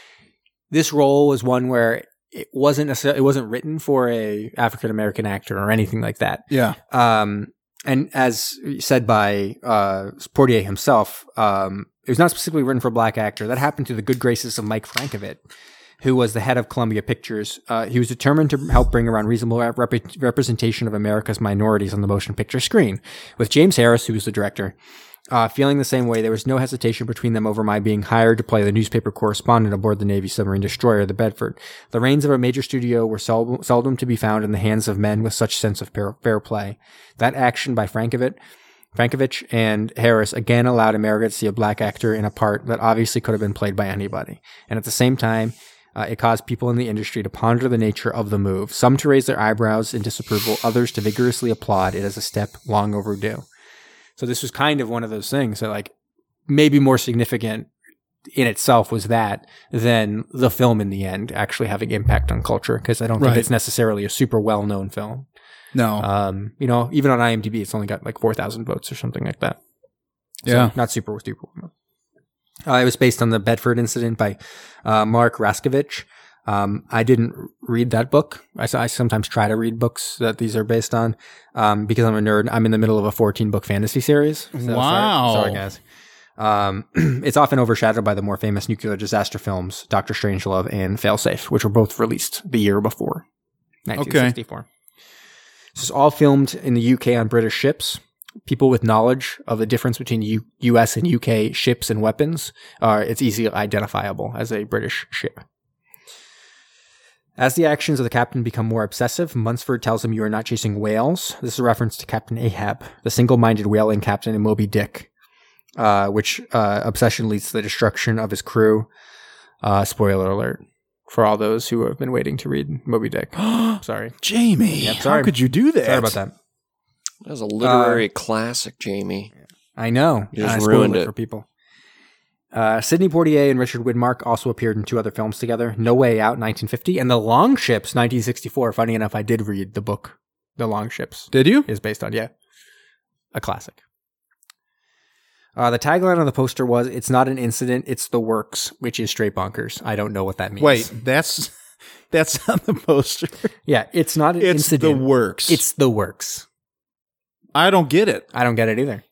S3: this role was one where it wasn't necessarily, it wasn't written for a African American actor or anything like that.
S2: Yeah.
S3: Um, and as said by uh, Portier himself, um, it was not specifically written for a black actor. That happened to the good graces of Mike Frankovit, who was the head of Columbia Pictures. Uh, he was determined to help bring around reasonable rep- representation of America's minorities on the motion picture screen. With James Harris, who was the director, uh, feeling the same way, there was no hesitation between them over my being hired to play the newspaper correspondent aboard the Navy submarine destroyer, the Bedford. The reins of a major studio were sel- seldom to be found in the hands of men with such sense of fair, fair play. That action by Frankovic, Frankovic and Harris again allowed America to see a black actor in a part that obviously could have been played by anybody. And at the same time, uh, it caused people in the industry to ponder the nature of the move, some to raise their eyebrows in disapproval, others to vigorously applaud it as a step long overdue. So this was kind of one of those things that, like, maybe more significant in itself was that than the film in the end actually having impact on culture because I don't think
S2: Right.
S3: it's necessarily a super well known film.
S2: No.
S3: Um, you know, even on IMDb, it's only got like four thousand votes or something like that. So,
S2: Yeah.
S3: not super super. Uh, it was based on the Bedford incident by uh, Mark Raskovich. Um, I didn't read that book. I, s- I sometimes try to read books that these are based on um, because I'm a nerd. I'm in the middle of a 14 book fantasy series. So sorry-
S2: Wow.
S3: sorry guys. Um, it's often overshadowed by the more famous nuclear disaster films, Doctor Strangelove and Failsafe, which were both released the year before, 1964. This is all filmed in the UK on British ships. People with knowledge of the difference between U- US and UK ships and weapons are it's easily identifiable as a British ship. As the actions of the captain become more obsessive, Lunsford tells him you are not chasing whales. This is a reference to Captain Ahab, the single minded whaling captain in Moby Dick, uh, which uh, obsession leads to the destruction of his crew. Uh, spoiler alert for all those who have been waiting to read Moby Dick. Sorry.
S2: Jamie,
S3: Yep, Uh, sorry.
S2: how could you do that?
S3: Sorry about that.
S4: That was a
S3: uh,
S4: literary classic, Jamie.
S3: I know.
S4: You just
S3: I
S4: ruined it.
S3: for people. Uh, Sidney Portier and Richard Widmark also appeared in two other films together: No Way Out, 1950, and The Long Ships, 1964. Funny enough, I did read the book. The Long Ships
S2: Did you?
S3: is based on yeah, a classic. Uh, the tagline on the poster was "It's not an incident, it's the works," which is straight bonkers. I don't know what that means.
S2: Wait, that's That's on the poster.
S3: Yeah, it's not an
S2: It's
S3: incident.
S2: the works.
S3: It's the works.
S2: I don't get it.
S3: I don't get it either.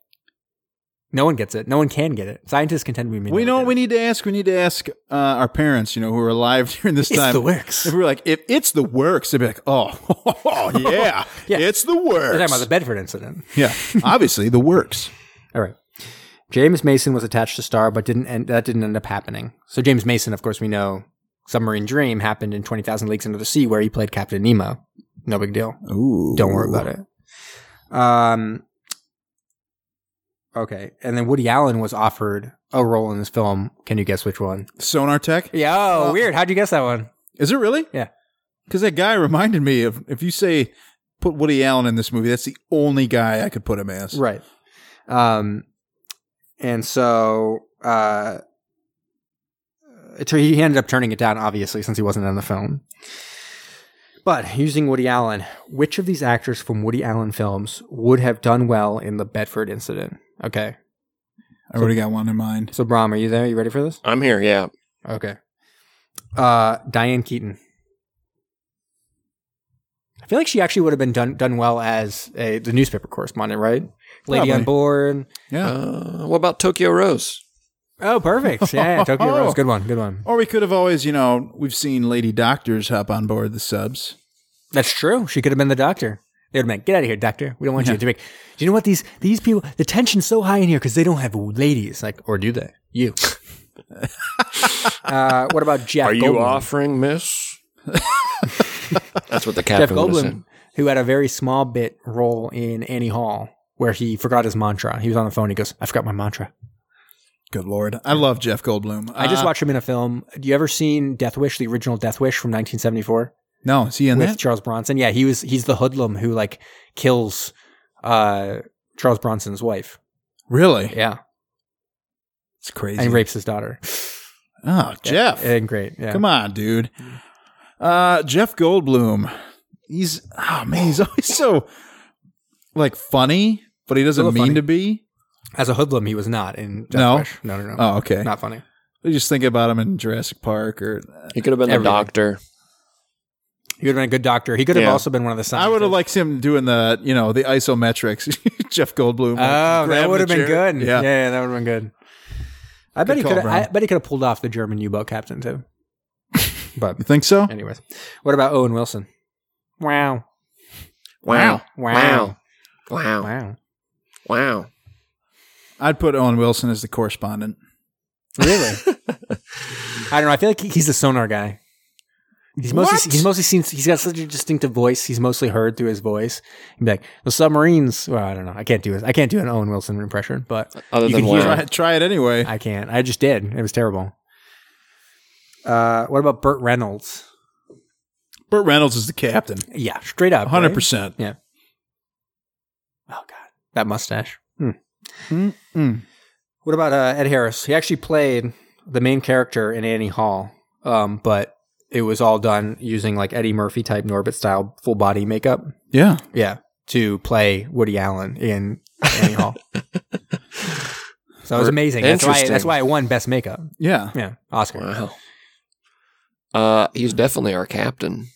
S3: No one gets it. No one can get it. Scientists contend we may
S2: We
S3: not
S2: know
S3: get
S2: what we need to ask. We need to ask uh, our parents, you know, who are alive during this
S3: it. It's
S2: time.
S3: the works.
S2: If we were like, if it's the works, they'd be like, oh, yeah,
S3: Yeah.
S2: it's the
S3: They're
S2: works.
S3: talking about the Bedford incident.
S2: yeah, obviously the works.
S3: All right. James Mason was attached to Star, but didn't end, that didn't end up happening. So James Mason, of course, we know Submarine Dream happened in Twenty Thousand Leagues Under the Sea, where he played Captain Nemo. No big deal.
S2: Ooh,
S3: Don't worry about it. Um. Okay, and then Woody Allen was offered a role in this film. Can you guess which one?
S2: Sonar Tech.
S3: Yeah, oh, weird. How'd you guess that one?
S2: Is it really?
S3: Yeah.
S2: Because that guy reminded me of if you say put Woody Allen in this movie, that's the only guy I could put him as.
S3: Right. Um, and so uh, it, he ended up turning it down, obviously, since he wasn't on the film. But using Woody Allen, which of these actors from Woody Allen films would have done well in the Bedford incident? Okay.
S2: I already got one in mind.
S3: So, Brom, are you there? You ready for this?
S4: I'm here, yeah.
S3: Okay. Uh, Diane Keaton. I feel like she actually would have been done done well as a the newspaper correspondent, right? Lady
S2: Probably.
S3: on board.
S2: Yeah.
S4: Uh, what about Tokyo Rose?
S3: Oh, perfect. Yeah, yeah, Tokyo Rose. Good one. Good one.
S2: or we could have always, you know, we've seen lady doctors hop on board the subs.
S3: That's true. She could have been the doctor. They would have been, get out of here, doctor. We don't want you to make. Do you know what these these people? The tension's so high in here because they don't have ladies. Like, or do they? You. uh, what about Jeff?
S4: Are you
S3: Goldblum?
S4: offering, miss? That's what the
S3: Jeff
S4: captain would have said.
S3: Goldblum, who had a very small bit role in Annie Hall, where he forgot his mantra. He was on the phone. He goes, "I forgot my mantra."
S2: Good lord, I love Jeff Goldblum.
S3: I just
S2: Uh,
S3: watched him in a film. Do you ever seen Death Wish, the original Death Wish from 1974?
S2: no, is he in
S3: with
S2: that?
S3: Charles Bronson. Yeah, he was he's the hoodlum who like kills uh Charles Bronson's wife.
S2: Really?
S3: Yeah.
S2: It's crazy.
S3: And rapes his daughter.
S2: oh, Jeff.
S3: And great. Yeah.
S2: Come on, dude. Uh, Jeff Goldblum. He's oh man, he's always so like funny, but he doesn't
S3: Little
S2: mean
S3: funny.
S2: to be.
S3: As a hoodlum, he was not in Death
S2: No?
S3: Wish. No, no, no.
S2: Oh, okay.
S3: Not funny.
S2: We just think about him in Jurassic Park, or
S4: He could have been the
S3: Everything.
S4: doctor.
S3: He would have been a good doctor. He could have
S4: Yeah.
S3: also been one of the scientists.
S2: I would have liked him doing the you know the isometrics. Jeff Goldblum.
S3: Oh, that would have been good.
S2: Yeah.
S3: Yeah, yeah, that would have been good. I bet
S2: Good
S3: he
S2: call,
S3: could.
S2: Brian.
S3: I bet he could have pulled off the German U-boat captain too. But
S2: You think so?
S3: anyways, what about Owen Wilson? Wow,
S4: Wow.
S3: Wow.
S4: Wow. Wow.
S3: wow,
S4: Wow.
S2: I'd put Owen Wilson as the correspondent.
S3: really? I don't know. I feel like he- he's the sonar guy. He's mostly
S2: What?
S3: he's mostly seen. He's got such a distinctive voice. He's mostly heard through his voice. He'd be like the submarines. Well, I don't know. I can't do it. I can't do an Owen Wilson impression, but
S4: Other
S3: You
S4: than
S3: can hear
S4: wow.
S2: Try, try it anyway.
S3: I can't. I just did. It was terrible. Uh, what about Burt Reynolds?
S2: Burt Reynolds is the captain,
S3: Yeah, straight up,
S2: hundred
S3: right?
S2: percent.
S3: Oh God, that mustache. Hmm.
S2: Mm.
S3: What about uh, Ed Harris? He actually played the main character in Annie Hall, um, but it was all done using like Eddie Murphy type Norbit style full body makeup.
S2: Yeah,
S3: Yeah, to play Woody Allen in Annie Hall. So it was amazing. That's why. That's
S4: Interesting.
S3: why I won Best Makeup.
S2: yeah.
S3: Yeah, Oscar.
S4: Wow. Uh, he's definitely our captain.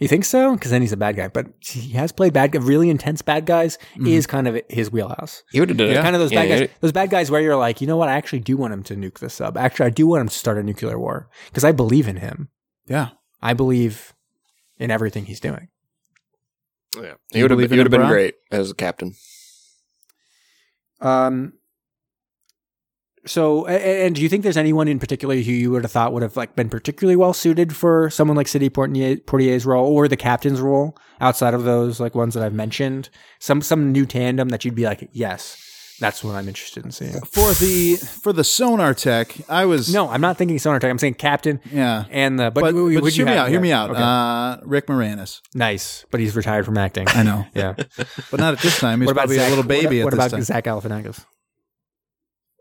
S3: You think so? Because then he's a bad guy. But he has played bad, really intense bad guys.
S2: Mm-hmm.
S3: Is kind of his wheelhouse.
S4: He would have done
S2: Yeah.
S4: it.
S3: Kind of those
S4: Yeah,
S3: bad guys.
S4: yeah.
S3: Those bad guys where you're like, you know what? I actually do want him to nuke the sub. Actually, I do want him to start a nuclear war because I believe in him.
S2: Yeah.
S3: I believe in everything he's doing.
S4: Yeah.
S2: You
S4: He would have
S2: believe in
S4: been, he would've
S2: him,
S4: been
S2: Brian?
S4: great as a captain.
S3: Um. So, a- a- and do you think there's anyone in particular who you would have thought would have like been particularly well suited for someone like City Portnier, Portier's role or the captain's role outside of those like ones that I've mentioned? Some some new tandem that you'd be like, yes, that's what I'm interested in seeing.
S2: For the for the sonar tech, I was
S3: No, I'm not thinking sonar tech. I'm saying captain
S2: Yeah,
S3: and the. But,
S2: but,
S3: would
S2: but
S3: you
S2: hear me
S3: have-
S2: out. Hear me out.
S3: Okay.
S2: Uh, Rick Moranis.
S3: nice, but he's retired from acting.
S2: I know,
S3: yeah.
S2: but not at this time. He's probably
S3: Zach-
S2: a little baby
S3: What,
S2: at
S3: what
S2: this
S3: about
S2: time.
S3: Zach Galifianakis?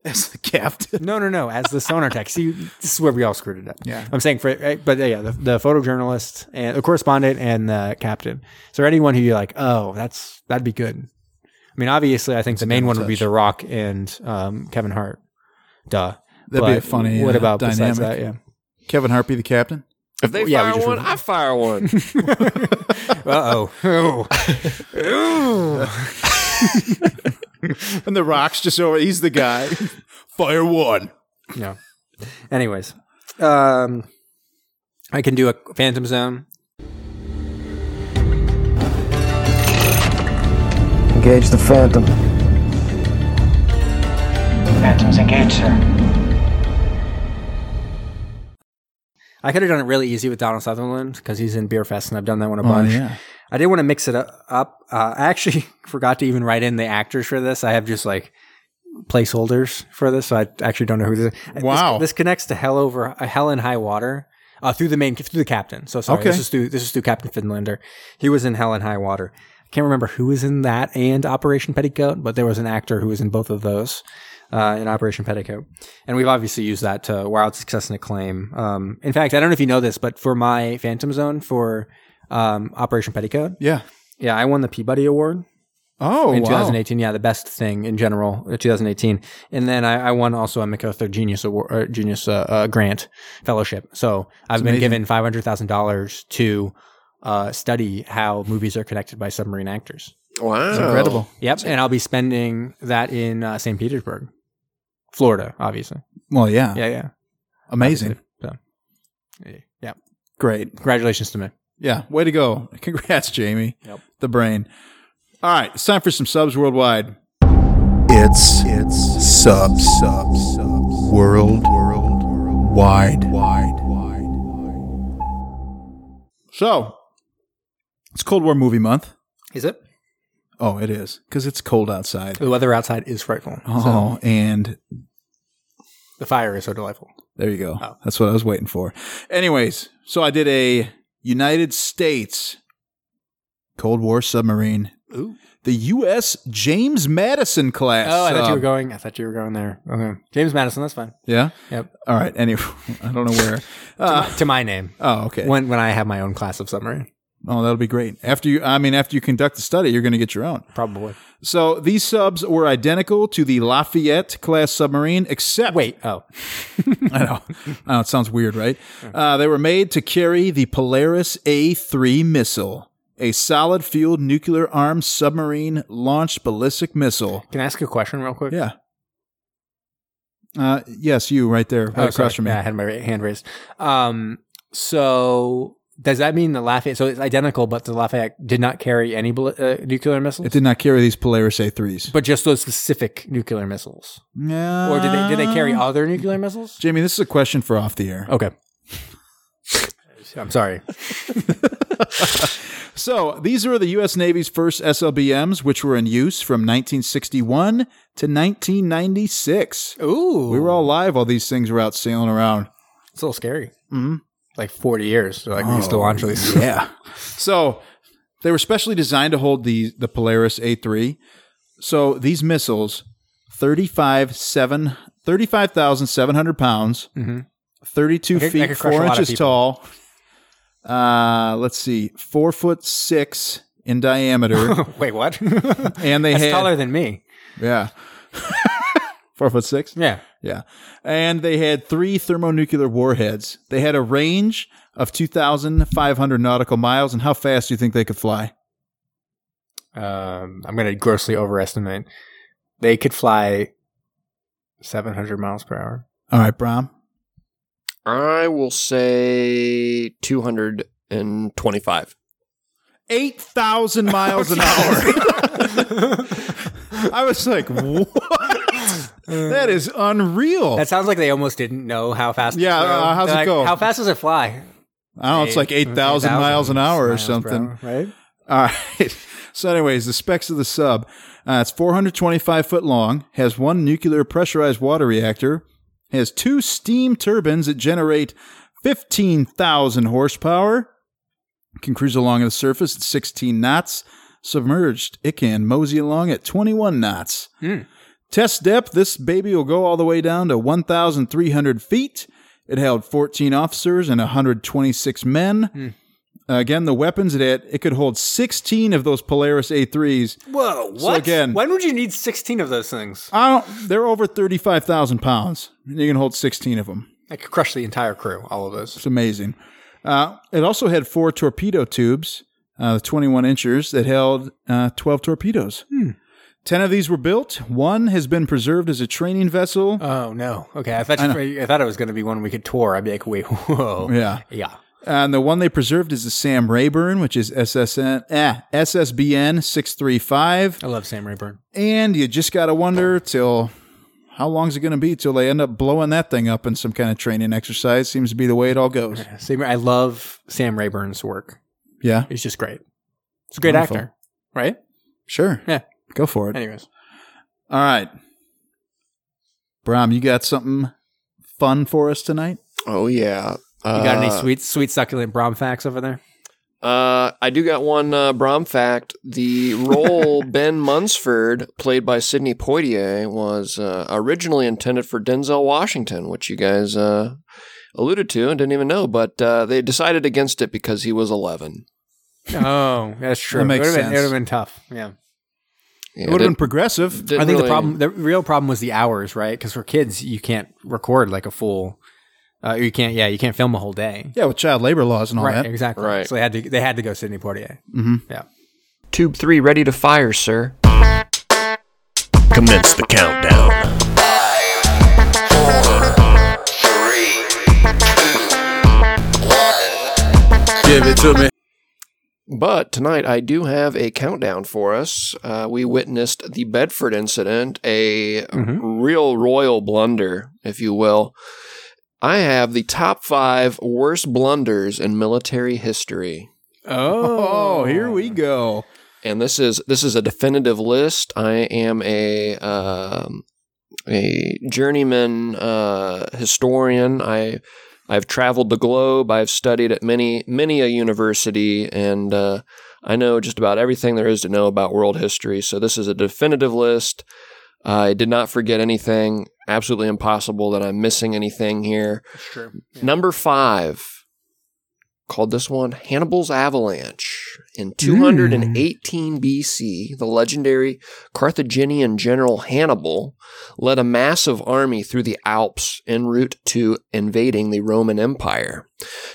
S2: As the captain.
S3: No, no, no. As the sonar tech. See, this is where we all screwed it up.
S2: Yeah.
S3: I'm saying for, right, but yeah, the, the photojournalist and the correspondent and the captain. So anyone who you're like, oh, that's that'd be good. I mean, obviously, I think the main one would be
S2: touch.
S3: The Rock and um, Kevin Hart. Duh.
S2: That'd be
S3: But
S2: a funny.
S3: What
S2: uh,
S3: about
S2: dynamic?
S3: besides that? Yeah.
S2: Kevin Hart be the captain.
S4: If they
S3: Well, yeah, we
S4: fire
S3: just
S4: one,
S3: wrote it.
S4: I fire one.
S3: Uh oh.
S2: And the rock's just over. He's the guy. Fire one.
S3: no. Anyways, um, I can do a Phantom Zone.
S5: Engage the Phantom.
S6: Phantoms engage, sir.
S3: I could have done it really easy with Donald Sutherland because he's in Beer Fest and I've done that
S2: Oh,
S3: one a bunch. I did want to mix it u- up. Uh, I actually forgot to even write in the actors for this. I have just like placeholders for this, so I actually don't know who this. Is.
S2: Wow.
S3: this, this connects to Hell Over uh, Hell in High Water uh, through the main through the captain. So sorry,
S2: Okay.
S3: this is through this is through Captain Finlander. He was in Hell in High Water. I can't remember who was in that and Operation Petticoat, but there was an actor who was in both of those uh, in Operation Petticoat. And we've obviously used that to wild success and acclaim. Um, in fact, I don't know if you know this, but for my Phantom Zone for um, Operation Petticoat,
S2: Yeah.
S3: yeah, I won the Peabody Award
S2: Oh,
S3: in
S2: wow.
S3: 2018. Yeah, the best thing in general, uh, 2018. And then I, I won also a MacArthur Genius Award, or Genius uh, uh, Grant Fellowship. So I've been given five hundred thousand dollars to uh, study how movies are connected by submarine actors.
S4: Wow.
S2: Oh. Incredible.
S3: Yep, and I'll be spending that in uh, St. Petersburg, Florida, obviously.
S2: Well, yeah.
S3: Yeah, yeah,
S2: Amazing.
S3: yeah.
S2: Great.
S3: Congratulations to me.
S2: Yeah. Way to go. Congrats, Jamie.
S3: Yep.
S2: The brain. All right. It's time for some subs worldwide.
S1: It's it's sub sub sub world world wide wide wide.
S2: So it's Cold War movie month.
S3: Is it?
S2: Oh, it is because it's cold outside.
S3: The weather outside is frightful.
S2: Oh, and
S3: The fire is so delightful.
S2: there you go.
S3: Oh.
S2: That's what I was waiting for. Anyways, so I did a United States Cold War submarine.
S3: Ooh.
S2: The U.S. James Madison class.
S3: Oh, I thought you were
S2: sub.
S3: going. I thought you were going there. Okay, James Madison. That's fine.
S2: Yeah.
S3: Yep.
S2: All right. Anyway, I don't know where. Uh,
S3: to my name.
S2: oh, okay.
S3: When when I have my own class of submarine,
S2: Oh, that'll be great. After you, I mean, after you conduct the study, you're going to get your own.
S3: probably.
S2: So these subs were identical to the Lafayette class submarine, except
S3: Wait. Oh,
S2: I know. I know it sounds weird, right? Uh, they were made to carry the Polaris A3 missile, a solid fueled nuclear armed submarine launched ballistic missile.
S3: can I ask you a question real quick?
S2: Yeah. Uh, yes, you right there, right
S3: Oh,
S2: across
S3: sorry.
S2: from me.
S3: Yeah, I had my ra- hand raised. Um. So does that mean the Lafayette? So it's identical, but the Lafayette did not carry any bal- uh, nuclear missiles,
S2: It did not carry these Polaris A3s.
S3: but just those specific nuclear missiles. Or did they did they carry other nuclear missiles?
S2: Uh, Jamie, this is a question for off the air.
S3: Okay. I'm sorry.
S2: So these are the U.S. Navy's first SLBMs, which were in use from 1961 to 1996.
S3: Ooh,
S2: We were all live while these things were out sailing around.
S3: It's a little scary. Mm-hmm. Oh, Like 40 years. So like we used to launch these.
S2: Yeah. so they were specially designed to hold the the Polaris A3. So these missiles, 35 seven 35,700 pounds,
S3: Mm-hmm.
S2: 32
S3: I could- I
S2: feet
S3: could crush a
S2: 4
S3: lot of
S2: inches
S3: people.
S2: tall. Uh, let's see, 4 foot 6 in diameter
S3: Wait, what? That's
S2: and they had
S3: taller than me.
S2: Yeah. Four foot six?
S3: Yeah.
S2: Yeah. And they had three thermonuclear warheads. They had a range of 2,500 nautical miles. And how fast do you think they could fly?
S3: Um, I'm going to grossly overestimate. They could fly 700 miles per hour.
S2: All right, Brom.
S4: I will say 225.
S2: 8,000 miles an hour. I was like, what? That is unreal.
S3: That sounds like they almost didn't know how fast.
S2: Yeah,
S3: they flew.
S2: uh, how's
S3: They're
S2: it
S3: like,
S2: go?
S3: How fast does it fly?
S2: I don't know. It's like 8,000 miles an hour or something.
S3: right?
S2: All right. So, anyways, the specs of the sub. Uh, it's 425 foot long, has one nuclear pressurized water reactor, has two steam turbines that generate 15,000 horsepower, can cruise along the surface at 16 knots. Submerged, it can mosey along at 21 knots. Test depth, this baby will go all the way down to 1,300 feet. It held 14 officers and 126 men. Again, the weapons it had, it could hold 16 of those Polaris A3s.
S3: Whoa! What?
S2: again- Uh,
S3: when would you need 16 of those things?
S2: I don't, they're over 35,000 pounds. and You can hold 16 of them.
S3: I could crush the entire crew. All of those.
S2: It's amazing. Uh, it also had four torpedo tubes, uh, the 21 inchers, that held uh, 12 torpedoes. 10 of these were built. One has been preserved as a training vessel.
S3: Oh no. Okay, I thought you, I, thought it was going to be one we could tour. I'd be like, wait, whoa.
S2: yeah.
S3: Yeah.
S2: And the one they preserved is the Sam Rayburn, which is SSN, eh, SSBN 635.
S3: I love Sam Rayburn.
S2: And you just got to wonder till how long's it going to be till they end up blowing that thing up in some kind of training exercise? Seems to be the way it all goes.
S3: Sam, I love Sam Rayburn's work.
S2: Yeah,
S3: He's just great. He's a great
S2: Wonderful.
S3: actor, right?
S2: sure.
S3: Yeah.
S2: Go for it.
S3: Anyways,
S2: All right. Brom, you got something fun for us tonight?
S4: Oh yeah.
S3: you got any
S4: Uh,
S3: sweet, sweet succulent Brom facts over there?
S4: Uh, I do got one uh, Brom fact. The role Ben Munsford, played by Sidney Poitier, was uh, originally intended for Denzel Washington, which you guys uh, alluded to and didn't even know, but uh, they decided against it because he was 11.
S3: Oh, that's true.
S2: That makes
S3: it would
S2: sense.
S3: have been, it would've been tough. Yeah.
S4: Yeah,
S2: It would have been
S4: didn't-
S2: progressive.
S4: didn't
S3: I think
S4: really-
S3: the problem, the real problem was the hours, right? Because for kids, you can't record like a full, uh, you can't, yeah, you can't film a whole day.
S2: Yeah, with child labor laws and all
S3: Right,
S2: that. Mm-hmm.
S3: exactly.
S4: Right.
S3: So they had to, they had to go Sydney Poitier.
S4: Tube 3 ready to fire, sir.
S7: Commence the countdown. Give it to me.
S4: But tonight I do have a countdown for us. Uh, we witnessed the Bedford incident, a
S7: Mm-hmm.
S4: real royal blunder, if you will. I have the top five worst blunders in military history.
S2: Oh, here we go.
S4: And this is this is a definitive list. I am a um, a journeyman uh, historian. I I've traveled the globe. I've studied at many many a university, and uh, I know just about everything there is to know about world history. So this is a definitive list. I did not forget anything. Absolutely impossible that I'm missing anything here.
S3: That's true.
S4: Number five called this one Hannibal's Avalanche. In 218 BC, the legendary Carthaginian general Hannibal led a massive army through the Alps en route to invading the Roman Empire.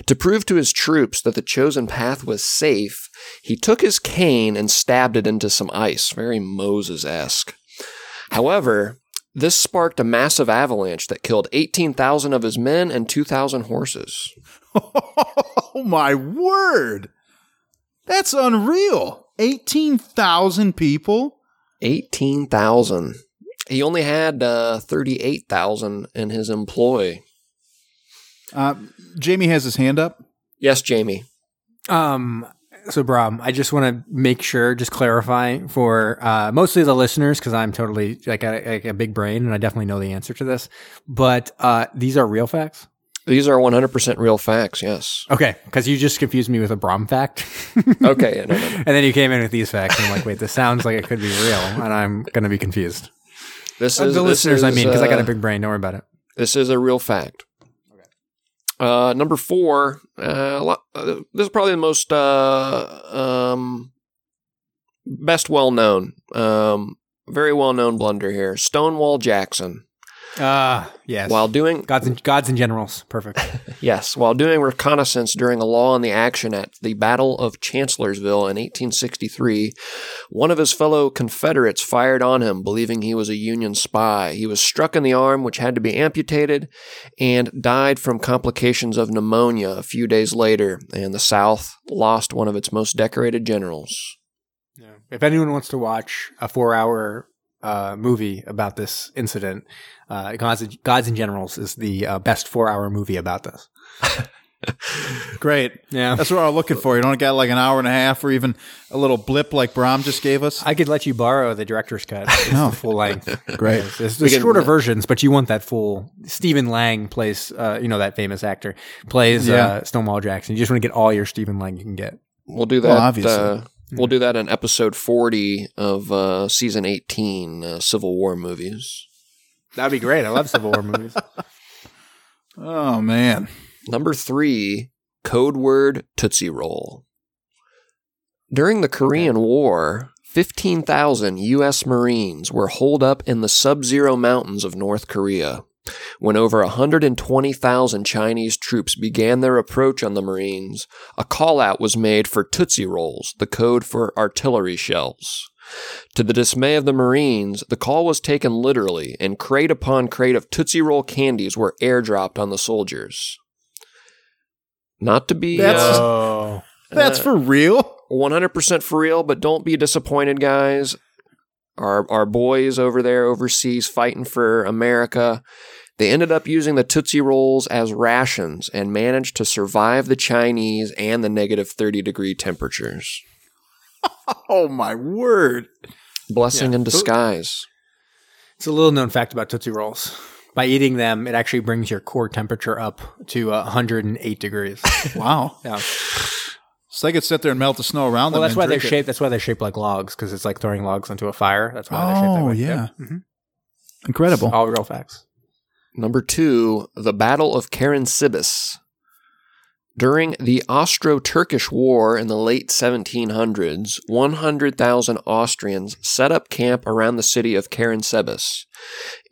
S4: To prove to his troops that the chosen path was safe, he took his cane and stabbed it into some ice, very Moses esque. However, this sparked a massive avalanche that killed 18,000 of his men and 2,000 horses.
S2: Oh, my word. That's unreal. 18,000 people.
S4: 18,000. He only had uh, 38,000 in his employ.
S2: Uh, Jamie has his hand up.
S4: Yes, Jamie.
S3: Um, so, Brom, I just want to make sure, just clarify for uh, mostly the listeners, because I'm totally like a, like a big brain and I definitely know the answer to this. But uh, these are real facts.
S4: These are 100% real facts, yes.
S3: Okay. Because you just confused me with a Brom fact.
S4: Okay, yeah, no, no, no.
S3: and then you came in with these facts. And I'm like, wait, this sounds like it could be real. And I'm going to be confused.
S4: This
S3: the
S4: this
S3: listeners, I
S4: is,
S3: mean, because I got a
S4: uh,
S3: big brain. Don't worry about it.
S4: This is a real fact. Uh, number four, uh, a lot- uh, this is probably the most uh, um, best well known, um, very well known blunder here. Stonewall Jackson,
S3: Uh, yes.
S4: while doing
S3: Gods and, gods and generals. Perfect.
S4: yes, while doing reconnaissance during a law in the action at the Battle of Chancellorsville in 1863, one of his fellow Confederates fired on him, believing he was a Union spy. He was struck in the arm, which had to be amputated, and died from complications of pneumonia a few days later. And the South lost one of its most decorated generals.
S3: Yeah. If anyone wants to watch a four hour uh, movie about this incident, uh, Gods, Gods and Generals is the uh, best four hour movie about this.
S2: Great.
S3: Yeah.
S2: That's what I'm looking for. You don't got like an hour and a half or even a little blip like Brom just gave us.
S3: I could let you borrow the director's cut. It's the full length.
S2: Great.
S3: It's- There's, there's shorter versions, but you want that full. Stephen Lang plays, uh, you know, that famous actor, plays
S2: Yeah.
S3: uh, Stonewall Jackson. You just want to get all your Stephen Lang you can get.
S4: We'll do that.
S2: Well, obviously. Mm-hmm.
S4: uh, we'll do that in episode 40 of uh, season 18, uh, Civil War movies.
S3: That'd be great. I love Civil War movies.
S2: Oh, man.
S4: Number three, code word Tootsie Roll. During the Korean War, 15,000 U.S. Marines were holed up in the sub zero mountains of North Korea. When over 120,000 Chinese troops began their approach on the Marines, a call out was made for Tootsie Rolls, the code for artillery shells. To the dismay of the Marines, the call was taken literally, and crate upon crate of Tootsie Roll candies were airdropped on the soldiers. Not to be
S2: That's-
S4: uh,
S3: Oh.
S2: That's
S4: Uh,
S2: for real.
S4: 100% for real, but don't be disappointed, guys. Our, our boys over there overseas fighting for America, they ended up using the Tootsie Rolls as rations and managed to survive the Chinese and the negative 30 degree temperatures.
S2: Oh my word!
S4: Blessing
S3: Yeah.
S4: in disguise.
S3: It's a little known fact about Tootsie Rolls. By eating them, it actually brings your core temperature up to uh, 108 degrees.
S2: Wow.
S3: Yeah.
S2: So they could sit there and melt the snow around them.
S3: Well, that's
S2: and
S3: why they're
S2: drink it.
S3: shaped. That's why they're shaped like logs because it's like throwing logs onto a fire. That's why they're shaped that
S2: Oh
S3: way.
S2: yeah,
S3: Mhm.
S2: incredible.
S3: All real facts.
S4: Number two, the Battle of Karansibis. During the Austro Turkish War in the late 1700s, 100,000 Austrians set up camp around the city of Karansibis.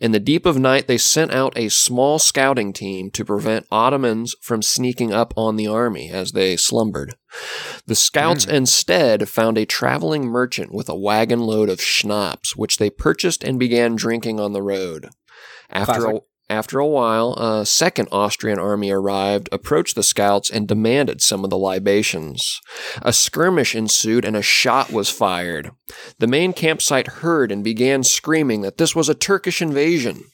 S4: In the deep of night, they sent out a small scouting team to prevent Ottomans from sneaking up on the army as they slumbered. The scouts instead found a traveling merchant with a wagon load of schnapps, which they purchased and began drinking on the road. After a,
S3: Classic.
S4: after a while, a second Austrian army arrived, approached the scouts, and demanded some of the libations. A skirmish ensued and a shot was fired. The main campsite heard and began screaming that this was a Turkish invasion.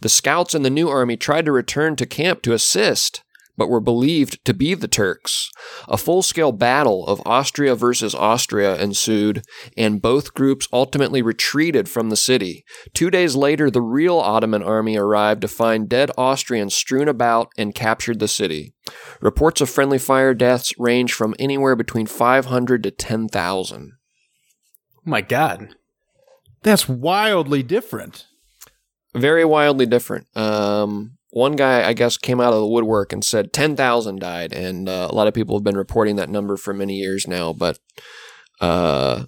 S4: The scouts and the new army tried to return to camp to assist, but were believed to be the Turks. A full scale battle of Austria versus Austria ensued, and both groups ultimately retreated from the city. Two days later, the real Ottoman army arrived to find dead Austrians strewn about and captured the city. Reports of friendly fire deaths range from anywhere between 500 to 10,000.
S3: Oh my God.
S2: That's wildly different.
S4: very wildly different. Um, one guy, I guess, came out of the woodwork and said 10,000 died. And uh, a lot of people have been reporting that number for many years now, but uh,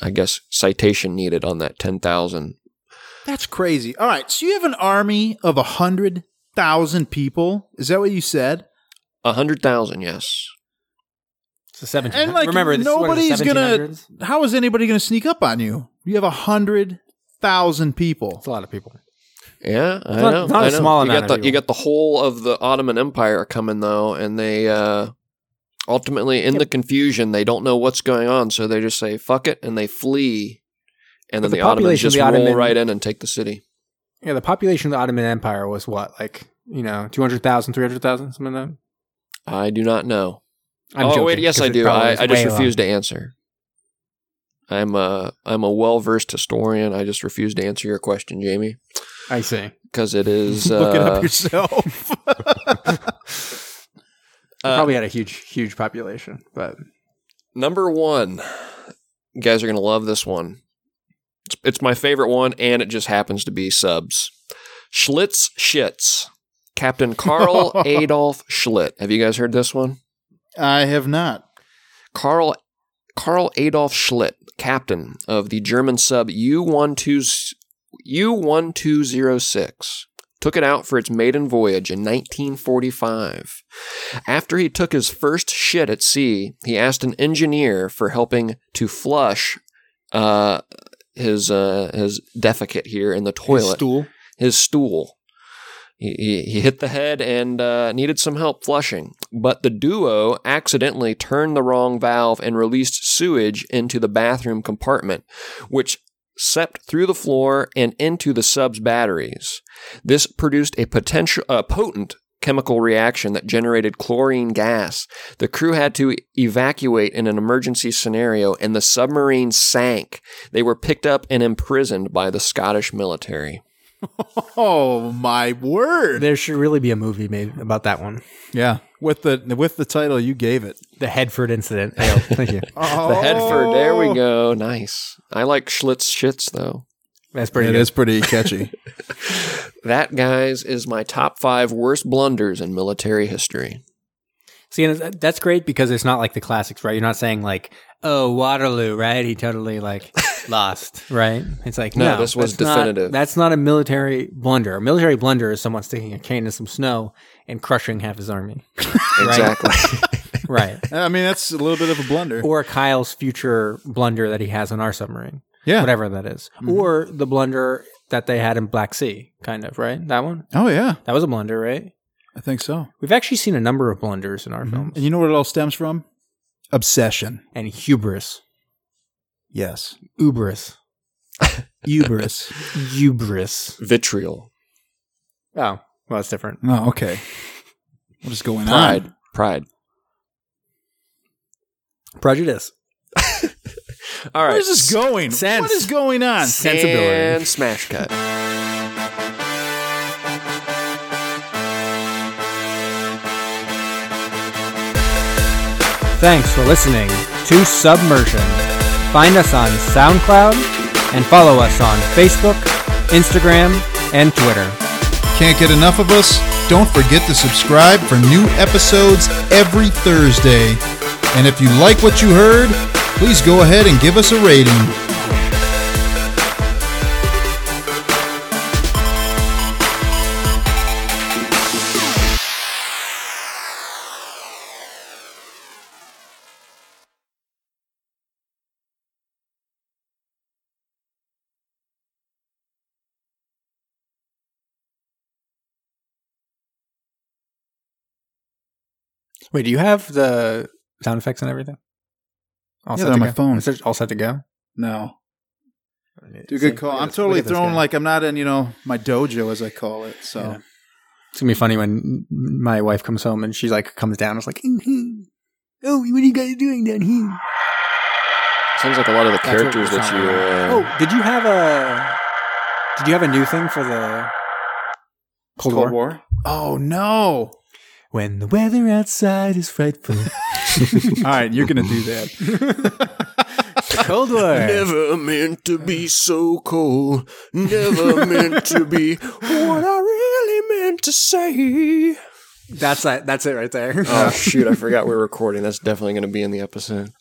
S4: I guess citation needed on that 10,000.
S2: That's crazy. All right, so you have an army of a hundred thousand people. Is that what you said?
S4: 100,000, yes.
S3: It's a 17.
S2: And like
S3: Remember, this
S2: nobody's
S3: is what, the
S2: gonna.
S3: 1700s?
S2: How is anybody gonna sneak up on you? You have a hundred thousand people.
S3: It's a lot of people.
S4: Yeah, I
S3: not-
S4: know.
S3: not a
S4: I know.
S3: small
S4: you
S3: amount
S4: got
S3: of
S4: the,
S3: people.
S4: You got the whole of the Ottoman Empire coming, though, and they uh, ultimately, in the confusion, they don't know what's going on, so they just say, fuck it, and they flee. And
S3: But
S4: then
S3: the
S4: the, Ottomans
S3: population of
S4: just
S3: the
S4: roll
S3: Ottoman-
S4: right in and take the city.
S3: Yeah, the population of the Ottoman Empire was what, like you know, 200,000, 300,000, something like that.
S4: I do not know.
S3: I'm
S4: oh
S3: joking,
S4: wait, yes,
S3: 'cause
S4: I
S3: it
S4: do.
S3: probably
S4: I,
S3: is
S4: I just
S3: way low.
S4: refuse to answer. I'm a I'm a well versed historian. I just refuse to answer your question, Jamie,
S3: I see.
S4: because it is uh,
S2: Look it up yourself.
S4: Uh,
S3: probably had a huge, huge population, but
S4: number one. You guys are gonna love this one. It's, it's my favorite one, and it just happens to be subs. Schlitz Schitz, Captain Carl Adolf Schlitt. Have you guys heard this one?
S2: I have not.
S4: Carl Carl Adolf Schlitt, captain of the German sub U12 U1206, took it out for its maiden voyage in 1945. After he took his first shit at sea, he asked an engineer for helping to flush uh, his uh, his defecate here in the toilet
S3: stool.
S4: his stool. He, he, he hit the head and uh, needed some help flushing, but the duo accidentally turned the wrong valve and released sewage into the bathroom compartment, which seeped through the floor and into the sub's batteries. This produced a potential uh, potent chemical reaction that generated chlorine gas. The crew had to evacuate in an emergency scenario, and the submarine sank. They were picked up and imprisoned by the Scottish military.
S2: Oh my word!
S3: There should really be a movie made about that one.
S2: Yeah, with the with the title you gave it.
S3: The Headford incident. There you go. Thank you.
S8: Oh,
S4: The Headford. There
S3: Oh.
S4: we go. Nice. I like Schlitz shits though.
S3: That's
S2: It
S3: pretty.
S2: is
S3: good.
S2: pretty catchy.
S4: That guys is my top five worst blunders in military history.
S3: See, and th- that's great because it's not like the classics, right? You're not saying like, "Oh, Waterloo," right? He totally like lost, right? It's like,
S8: No,
S3: no,
S8: this was
S3: that's not-
S8: definitive.
S3: that's not a military blunder. A military blunder is someone sticking a cane in some snow and crushing half his army,
S8: Exactly.
S3: right?
S2: I mean, that's a little bit of a blunder.
S3: Or Kyle's future blunder that he has on our submarine,
S2: yeah.
S3: whatever that is.
S8: Mm-hmm.
S3: or the blunder that they had in Black Sea, kind of, right? That one,
S2: Oh yeah,
S3: that was a blunder, right?
S2: I think so.
S3: We've actually seen a number of blunders in our
S8: Mm-hmm.
S3: films
S2: And you know what it all stems from? Obsession.
S3: and hubris,
S2: Yes.
S3: ubris,
S2: Hubris.
S3: hubris.
S8: Vitriol.
S3: Oh, well, that's different.
S2: oh, okay. What is going
S8: Pride.
S2: on?
S8: Pride.
S3: Prejudice.
S8: All
S2: Where
S8: right.
S2: is this going?
S3: Sense.
S2: What is going on?
S3: Sensibility.
S8: And smash cut.
S3: Thanks for listening to Submersion. Find us on SoundCloud and follow us on Facebook, Instagram, and Twitter.
S1: Can't get enough of us? Don't forget to subscribe for new episodes every Thursday. And if you like what you heard, please go ahead and give us a rating.
S3: Wait, do you have the sound effects and everything? All
S2: Yeah, they're on
S3: to
S2: my
S3: go?
S2: phone.
S3: Is it all set to go?
S2: No. Do good call. I'm totally thrown like I'm not in, you know, my dojo as I call it. So
S3: Yeah. It's gonna be funny when my wife comes home and she like comes down. and is like, "Mhm. oh, what are you guys doing down here?
S8: Sounds like a lot of the
S3: That's what
S8: characters
S3: it
S8: that you.
S3: sounded like.
S8: Uh,
S3: oh, did you have a? Did you have a new thing for the Cold, War?
S2: Oh no.
S3: When the weather outside is frightful.
S2: All right, you're gonna do that.
S3: Cold War.
S4: Never meant to be so cold. Never meant to be what I really meant to say.
S3: That's it. That's it right there.
S8: oh shoot! I forgot we're recording. That's definitely going to be in the episode.